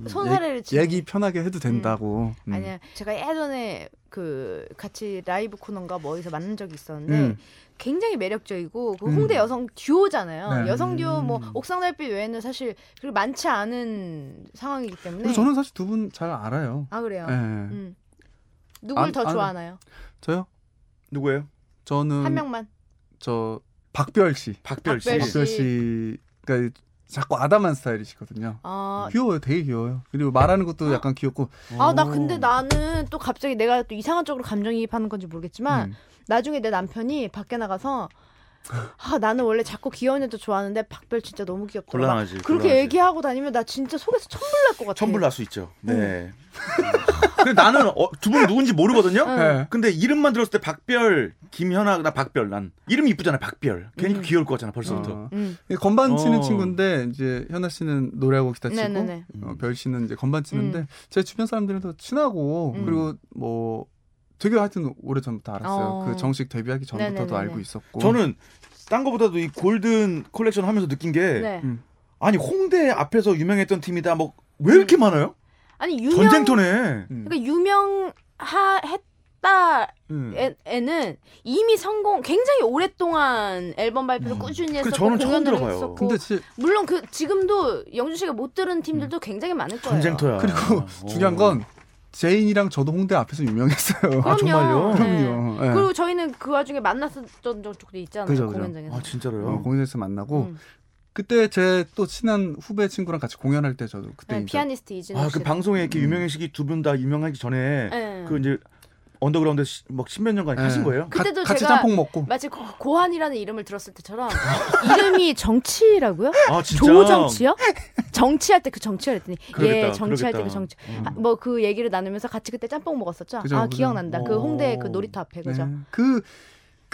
[SPEAKER 2] 돼?
[SPEAKER 3] 손사래를 치는
[SPEAKER 1] 얘기 편하게 해도 된다고. 음.
[SPEAKER 3] 아니야 제가 예전에 그 같이 라이브 코너인가 뭐 어디서 만난 적이 있었는데
[SPEAKER 1] 음.
[SPEAKER 3] 굉장히 매력적이고 그
[SPEAKER 1] 음.
[SPEAKER 3] 홍대 여성 듀오잖아요
[SPEAKER 1] 네.
[SPEAKER 3] 여성 듀오 뭐 옥상달빛 외에는 사실 그 많지 않은 상황이기 때문에
[SPEAKER 1] 그리고 저는 사실 두 분 잘 알아요.
[SPEAKER 3] 아 그래요
[SPEAKER 1] 예.
[SPEAKER 3] 네. 음. 누굴
[SPEAKER 1] 안-
[SPEAKER 3] 더
[SPEAKER 1] 안-
[SPEAKER 3] 좋아하나요
[SPEAKER 1] 저요?
[SPEAKER 2] 누구예요?
[SPEAKER 1] 저는
[SPEAKER 3] 한 명만
[SPEAKER 1] 저 박별 씨.
[SPEAKER 2] 박별 씨.
[SPEAKER 3] 박별 씨.
[SPEAKER 1] 박별 씨가 자꾸 아담한 스타일이시거든요.
[SPEAKER 3] 아
[SPEAKER 1] 귀여워요, 되게 귀여워요. 그리고 말하는
[SPEAKER 3] 어.
[SPEAKER 1] 것도 약간 귀엽고.
[SPEAKER 3] 아, 나 근데 나는 또 갑자기 내가 또 이상한 쪽으로 감정이입하는 건지 모르겠지만
[SPEAKER 1] 음.
[SPEAKER 3] 나중에 내 남편이 밖에
[SPEAKER 1] (laughs)
[SPEAKER 3] 나가서 아, 나는 원래 작고 귀여운 여자 좋아하는데 박별 진짜 너무 귀엽다.
[SPEAKER 2] 곤란하지,
[SPEAKER 3] 그렇게
[SPEAKER 2] 곤란하지.
[SPEAKER 3] 얘기하고 다니면 나 진짜 속에서 천불 날 것 같아.
[SPEAKER 2] 천불 날 수 있죠.
[SPEAKER 3] 음.
[SPEAKER 2] 네. (laughs) 근데 나는 어, 두분 누군지 모르거든요.
[SPEAKER 3] 어.
[SPEAKER 1] 네.
[SPEAKER 2] 근데 이름만 들었을 때 박별, 김현아, 나 박별, 난 이름이 이쁘잖아, 박별. 괜히 귀여울 것 같잖아, 벌써부터.
[SPEAKER 1] 어.
[SPEAKER 3] 음.
[SPEAKER 1] 이 건반 치는
[SPEAKER 2] 어.
[SPEAKER 1] 친구인데 이제 현아 씨는 노래하고 기타 치고
[SPEAKER 3] 네네네.
[SPEAKER 2] 음.
[SPEAKER 1] 어, 별 씨는 이제 건반 치는데 제 주변 사람들도 친하고
[SPEAKER 3] 음.
[SPEAKER 1] 그리고 뭐 되게 하여튼 오래 전부터 알았어요.
[SPEAKER 3] 어.
[SPEAKER 1] 그 정식 데뷔하기 전부터도
[SPEAKER 3] 네네네네.
[SPEAKER 1] 알고 있었고.
[SPEAKER 2] 저는 딴 거보다도 이 골든 컬렉션 하면서 느낀 게
[SPEAKER 3] 네.
[SPEAKER 2] 아니 홍대 앞에서 유명했던 팀이다. 뭐 왜
[SPEAKER 3] 음.
[SPEAKER 2] 이렇게 많아요?
[SPEAKER 3] 아니 유명
[SPEAKER 2] 전쟁터네.
[SPEAKER 1] 음.
[SPEAKER 3] 그러니까 유명하 했다
[SPEAKER 2] 음.
[SPEAKER 1] 예.
[SPEAKER 3] 에- 에는 이미 성공 굉장히 오랫동안 앨범 발표를 꾸준히
[SPEAKER 2] 근데
[SPEAKER 3] 했었고
[SPEAKER 2] 음. 저는 처음
[SPEAKER 3] 공연을
[SPEAKER 2] 들어봐요.
[SPEAKER 3] 했었고
[SPEAKER 1] 근데 지-
[SPEAKER 3] 물론 그 지금도 영준 씨가 못 들은 팀들도 굉장히 많을 거예요.
[SPEAKER 2] 음. 전쟁터야.
[SPEAKER 1] 그리고
[SPEAKER 3] 음.
[SPEAKER 2] (laughs) 어.
[SPEAKER 1] 중요한 건 제인이랑 저도 홍대 앞에서 유명했어요.
[SPEAKER 3] 그럼요.
[SPEAKER 2] 아, 정말요?
[SPEAKER 3] 네.
[SPEAKER 1] 그럼요. 예.
[SPEAKER 3] 그리고 저희는 그 와중에 만났었던 적도 있잖아요.
[SPEAKER 1] 그죠, 그죠.
[SPEAKER 3] 공연장에서.
[SPEAKER 2] 아 진짜로요.
[SPEAKER 1] 어, 공연에서 만나고
[SPEAKER 3] 음.
[SPEAKER 1] 그때 제 또 친한 후배 친구랑 같이 공연할 때 저도 그때
[SPEAKER 3] 네,
[SPEAKER 1] 이제
[SPEAKER 3] 피아니스트 이진우
[SPEAKER 2] 아
[SPEAKER 3] 씨.
[SPEAKER 2] 그 방송에 이렇게
[SPEAKER 3] 음.
[SPEAKER 2] 유명해지기 두 분 다 유명하기 전에
[SPEAKER 3] 네.
[SPEAKER 2] 그 이제 언더그라운드 시- 막 십몇 년간
[SPEAKER 1] 예.
[SPEAKER 2] 하신 네. 거예요?
[SPEAKER 3] 그- 그때도
[SPEAKER 1] 같이
[SPEAKER 3] 제가
[SPEAKER 1] 짬뽕 먹고
[SPEAKER 3] 마치 고, 고한이라는 이름을 들었을
[SPEAKER 2] (laughs)
[SPEAKER 3] 때처럼 이름이 정치라고요?
[SPEAKER 2] 아 진짜.
[SPEAKER 3] 그러니까 조정치요? 정치할 때 그 정치를 했더니
[SPEAKER 2] 그러겠다,
[SPEAKER 3] 예 정치할 때 그
[SPEAKER 2] 그러겠다. 음.
[SPEAKER 3] 정치 뭐 그 얘기를 나누면서 같이 그때 짬뽕 먹었었죠.
[SPEAKER 1] 그죠,
[SPEAKER 3] 아
[SPEAKER 1] 그죠.
[SPEAKER 3] 기억난다. 그
[SPEAKER 2] 어.
[SPEAKER 3] 홍대 그 놀이터 앞에 그죠.
[SPEAKER 1] 네. 그,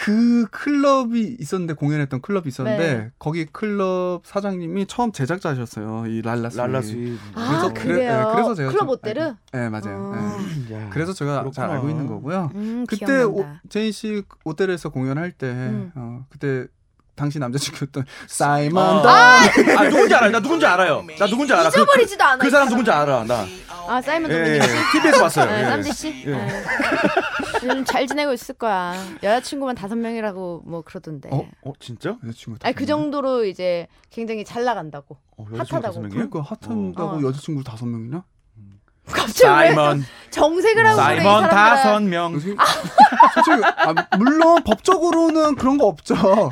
[SPEAKER 1] 그 클럽이 있었는데 공연했던 클럽이 있었는데
[SPEAKER 3] 네.
[SPEAKER 1] 거기 클럽 사장님이 처음 제작자셨어요 이 랄라스
[SPEAKER 2] 랄라스윗.
[SPEAKER 3] 아
[SPEAKER 1] 그래-
[SPEAKER 3] 그래요.
[SPEAKER 1] 예, 그래서 제가
[SPEAKER 3] 클럽
[SPEAKER 1] 좀
[SPEAKER 3] 호텔을.
[SPEAKER 1] 알고- 네 맞아요
[SPEAKER 3] 어.
[SPEAKER 1] 예.
[SPEAKER 2] 야.
[SPEAKER 1] 그래서 제가 잘
[SPEAKER 2] 그렇구나.
[SPEAKER 1] 알고 있는 거고요
[SPEAKER 2] 네.
[SPEAKER 3] 음,
[SPEAKER 1] 그때 오,
[SPEAKER 3] 기억난다.
[SPEAKER 1] 제인 씨 호텔에서 공연할 때
[SPEAKER 3] 음. 어.
[SPEAKER 1] 어, 그때 당시 남자친구였던 사이먼
[SPEAKER 2] 아,
[SPEAKER 1] 더
[SPEAKER 2] (laughs) 아, 누군지 알아요. 나 누군지 알아요. 나 누군지 알아. 그,
[SPEAKER 3] 잊어버리지도 않아.
[SPEAKER 2] 그 사람 누군지 알아. 나.
[SPEAKER 3] 아 사이먼
[SPEAKER 2] 예,
[SPEAKER 3] 도미닉 씨.
[SPEAKER 2] TV에서 봤어요.
[SPEAKER 3] 네,
[SPEAKER 2] 예.
[SPEAKER 3] 쌈지 씨.
[SPEAKER 2] 예.
[SPEAKER 3] 네. 지금 잘 지내고 있을 거야. 여자친구만 다섯 명이라고 뭐 그러던데.
[SPEAKER 1] 어?
[SPEAKER 2] 어 진짜?
[SPEAKER 1] 여자친구
[SPEAKER 3] 아니 그 정도로 이제 굉장히 잘 나간다고. (laughs)
[SPEAKER 2] 어, 여자친구 다섯
[SPEAKER 3] 핫하다고.
[SPEAKER 2] 명이에요?
[SPEAKER 1] 그러니까 핫한다고
[SPEAKER 3] 어.
[SPEAKER 1] 여자친구 다섯 명이나?
[SPEAKER 3] 갑자기 왜
[SPEAKER 2] 사이먼
[SPEAKER 3] 정색을 하고 그래 이
[SPEAKER 2] 사이먼
[SPEAKER 3] 사람들은.
[SPEAKER 2] 다섯 명.
[SPEAKER 1] 솔직히, 솔직히 아, 물론 법적으로는 그런 거 없죠.
[SPEAKER 3] 어.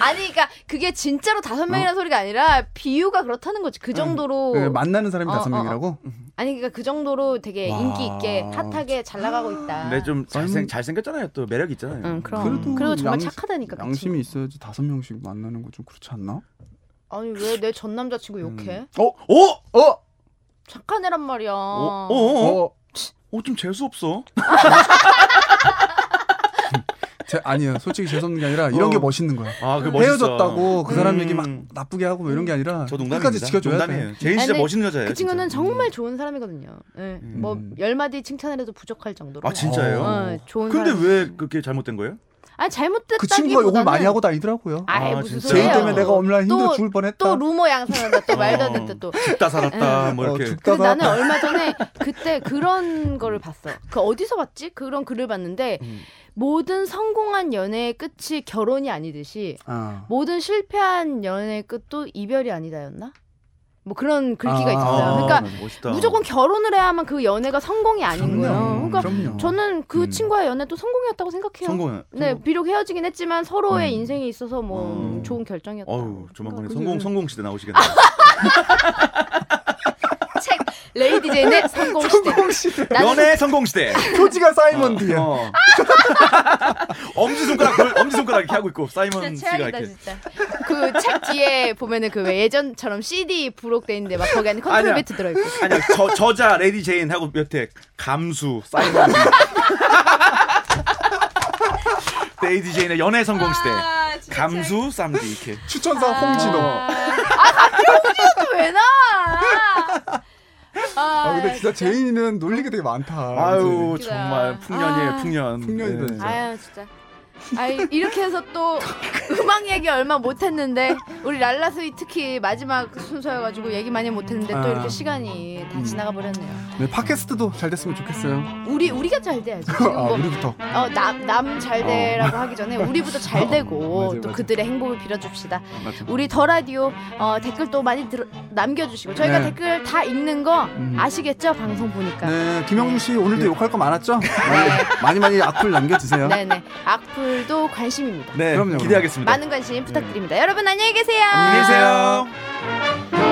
[SPEAKER 3] 아니 그러니까 그게 진짜로 다섯 명이라는
[SPEAKER 1] 어?
[SPEAKER 3] 소리가 아니라 비유가 그렇다는 거지. 그 정도로
[SPEAKER 1] 예, 만나는 사람이
[SPEAKER 3] 어,
[SPEAKER 1] 다섯
[SPEAKER 3] 어,
[SPEAKER 1] 명이라고?
[SPEAKER 3] 아니 그러니까 그 정도로 되게
[SPEAKER 1] 와.
[SPEAKER 3] 인기 있게 핫하게 잘 나가고 있다.
[SPEAKER 1] (gasps)
[SPEAKER 2] 근데 네, 좀 잘생
[SPEAKER 1] 아니면-
[SPEAKER 2] 잘생겼잖아요. 또 매력 있잖아요.
[SPEAKER 3] 응,
[SPEAKER 1] 음. 그래도
[SPEAKER 3] 그럼. 그리고 정말
[SPEAKER 1] 양심-
[SPEAKER 3] 착하다니까. 그
[SPEAKER 1] 양심이 있어야지 다섯 명씩 만나는 거 좀 그렇지 않나?
[SPEAKER 3] 친구. 아니 왜 내 전 남자친구
[SPEAKER 1] 음.
[SPEAKER 3] 욕해?
[SPEAKER 2] 어? 어?
[SPEAKER 1] 어? 어?
[SPEAKER 3] 착한 애란 말이야.
[SPEAKER 2] 어? 어? 어?
[SPEAKER 1] 어?
[SPEAKER 2] 어, 좀 재수 없어.
[SPEAKER 1] 제, 아니에요. 솔직히 죄송한 게 아니라 이런 게
[SPEAKER 2] 어.
[SPEAKER 1] 멋있는 거야.
[SPEAKER 2] 아, 그
[SPEAKER 1] 헤어졌다고 그 사람 얘기 막
[SPEAKER 2] 음.
[SPEAKER 1] 나쁘게 하고 뭐 이런 게 아니라
[SPEAKER 2] 저
[SPEAKER 1] 끝까지
[SPEAKER 2] 농담입니다.
[SPEAKER 1] 지켜줘야 돼.
[SPEAKER 2] 농담이에요. 제인 진짜
[SPEAKER 3] 아니,
[SPEAKER 2] 멋있는
[SPEAKER 1] 어?
[SPEAKER 2] 여자예요.
[SPEAKER 3] 그 친구는
[SPEAKER 2] 진짜.
[SPEAKER 1] 음.
[SPEAKER 3] 정말 좋은 사람이거든요. 예. 뭐열 마디 칭찬을 해도 부족할 정도로.
[SPEAKER 2] 아, 진짜예요?
[SPEAKER 3] 어, 좋은
[SPEAKER 1] 음.
[SPEAKER 2] 근데
[SPEAKER 3] 사람.
[SPEAKER 2] 왜 그렇게 잘못된 거예요?
[SPEAKER 3] 아 잘못됐다기보다는
[SPEAKER 1] 그 친구가 욕을 많이 하고 다니더라고요.
[SPEAKER 3] 아이
[SPEAKER 2] 아,
[SPEAKER 3] 무슨
[SPEAKER 2] 진짜?
[SPEAKER 1] 제인
[SPEAKER 3] 소리야.
[SPEAKER 1] 때문에 내가 엄라인 힘들어
[SPEAKER 3] 또-
[SPEAKER 1] 죽을 뻔했다.
[SPEAKER 3] 또 루머 양산한다. 또 말도 안
[SPEAKER 2] 어.
[SPEAKER 3] 된다. 또.
[SPEAKER 2] 죽다
[SPEAKER 3] 음.
[SPEAKER 2] 살았다 뭐
[SPEAKER 1] 어,
[SPEAKER 2] 이렇게.
[SPEAKER 3] 근데
[SPEAKER 1] 죽다가
[SPEAKER 3] 그 나는 얼마 전에 그때 그런 거를 봤어. 그 어디서 봤지? 그런 글을 봤는데 모든 성공한 연애의 끝이 결혼이 아니듯이
[SPEAKER 1] 아.
[SPEAKER 3] 모든 실패한 연애의 끝도 이별이 아니다였나? 뭐 그런 글귀가
[SPEAKER 1] 아,
[SPEAKER 3] 있었어요.
[SPEAKER 1] 아,
[SPEAKER 3] 그러니까
[SPEAKER 2] 멋있다.
[SPEAKER 3] 무조건 결혼을 해야만 그 연애가 성공이 아닌 거예요. 그러니까
[SPEAKER 1] 그럼요.
[SPEAKER 3] 저는 그
[SPEAKER 2] 음.
[SPEAKER 3] 친구와의 연애도 성공이었다고 생각해요.
[SPEAKER 2] 성공.
[SPEAKER 3] 네, 비록 헤어지긴 했지만 서로의 인생에 있어서 뭐
[SPEAKER 2] 음.
[SPEAKER 3] 좋은 결정이었다.
[SPEAKER 2] 어우, 조만간에
[SPEAKER 1] 그러니까
[SPEAKER 2] 성공
[SPEAKER 3] 음.
[SPEAKER 1] 그게-
[SPEAKER 2] 성공 시대 나오시겠네요.
[SPEAKER 3] 아, 책 레이디 제인의 성공 시대. 나는
[SPEAKER 2] 연애 성공 시대.
[SPEAKER 1] (laughs) 표지가 (laughs) 사이먼드야.
[SPEAKER 2] 어. (laughs) 엄지 손가락 돌- 엄지 손가락 이렇게 하고 있고 사이먼
[SPEAKER 3] 진짜
[SPEAKER 2] 씨가
[SPEAKER 3] 최악이다
[SPEAKER 2] 이렇게.
[SPEAKER 3] 진짜. 그 책 뒤에 보면은 그 왜 예전처럼 CD 부록돼 있는데 막 거기 안에 컨트롤
[SPEAKER 2] 아니야.
[SPEAKER 3] 배트 들어 있고.
[SPEAKER 2] 아니야 저, 저자 레디 제인 하고 몇에 감수 사이먼 (laughs) 씨. 그 레이디 제인의 연애 성공 시대.
[SPEAKER 3] 아,
[SPEAKER 2] 감수 쌈디 이렇게.
[SPEAKER 1] 추천사 아, 홍진호.
[SPEAKER 3] 아, 왜 나?
[SPEAKER 1] 아,
[SPEAKER 3] 아,
[SPEAKER 1] 근데 진짜 제인이는 놀리게 되게 많다.
[SPEAKER 2] 아유
[SPEAKER 3] 진짜.
[SPEAKER 2] 정말 풍년이에요
[SPEAKER 3] 아.
[SPEAKER 2] 음. 풍년.
[SPEAKER 1] 풍년이다,
[SPEAKER 2] 예.
[SPEAKER 1] 진짜.
[SPEAKER 3] 아유 진짜. 아 이렇게 해서 또 음악 얘기 얼마 못했는데 우리 랄라스위 특히 마지막 순서여가지고 얘기 많이 못했는데 또 이렇게
[SPEAKER 1] 아.
[SPEAKER 3] 시간이 다 지나가 버렸네요.
[SPEAKER 1] 이제. 네, 팟캐스트도 잘 됐으면 좋겠어요.
[SPEAKER 3] 우리 우리가 잘 돼야지. 지금
[SPEAKER 1] (laughs) 아,
[SPEAKER 3] 뭐
[SPEAKER 1] 우리부터.
[SPEAKER 3] 어, 남, 남 잘되라고 하기 전에 우리부터 잘 되고
[SPEAKER 1] 어, 맞아요,
[SPEAKER 3] 또
[SPEAKER 1] 맞아요.
[SPEAKER 3] 그들의 행복을 빌어줍시다.
[SPEAKER 1] 맞아요.
[SPEAKER 3] 우리 더 라디오 어, 댓글도 많이 들어, 남겨주시고 저희가
[SPEAKER 1] 네. 음.
[SPEAKER 3] 댓글 다 읽는 거 아시겠죠? 방송 보니까.
[SPEAKER 1] 네, 김영준 씨 오늘도 욕할 거 많았죠? 많이 많이, 많이 악플 남겨주세요.
[SPEAKER 3] 네네. 악플도 관심입니다.
[SPEAKER 2] 네
[SPEAKER 1] 그럼요, 그럼요.
[SPEAKER 2] 기대하겠습니다.
[SPEAKER 3] 많은 관심 부탁드립니다. 여러분 안녕히 계세요.
[SPEAKER 2] 안녕히 계세요.
[SPEAKER 1] 안녕히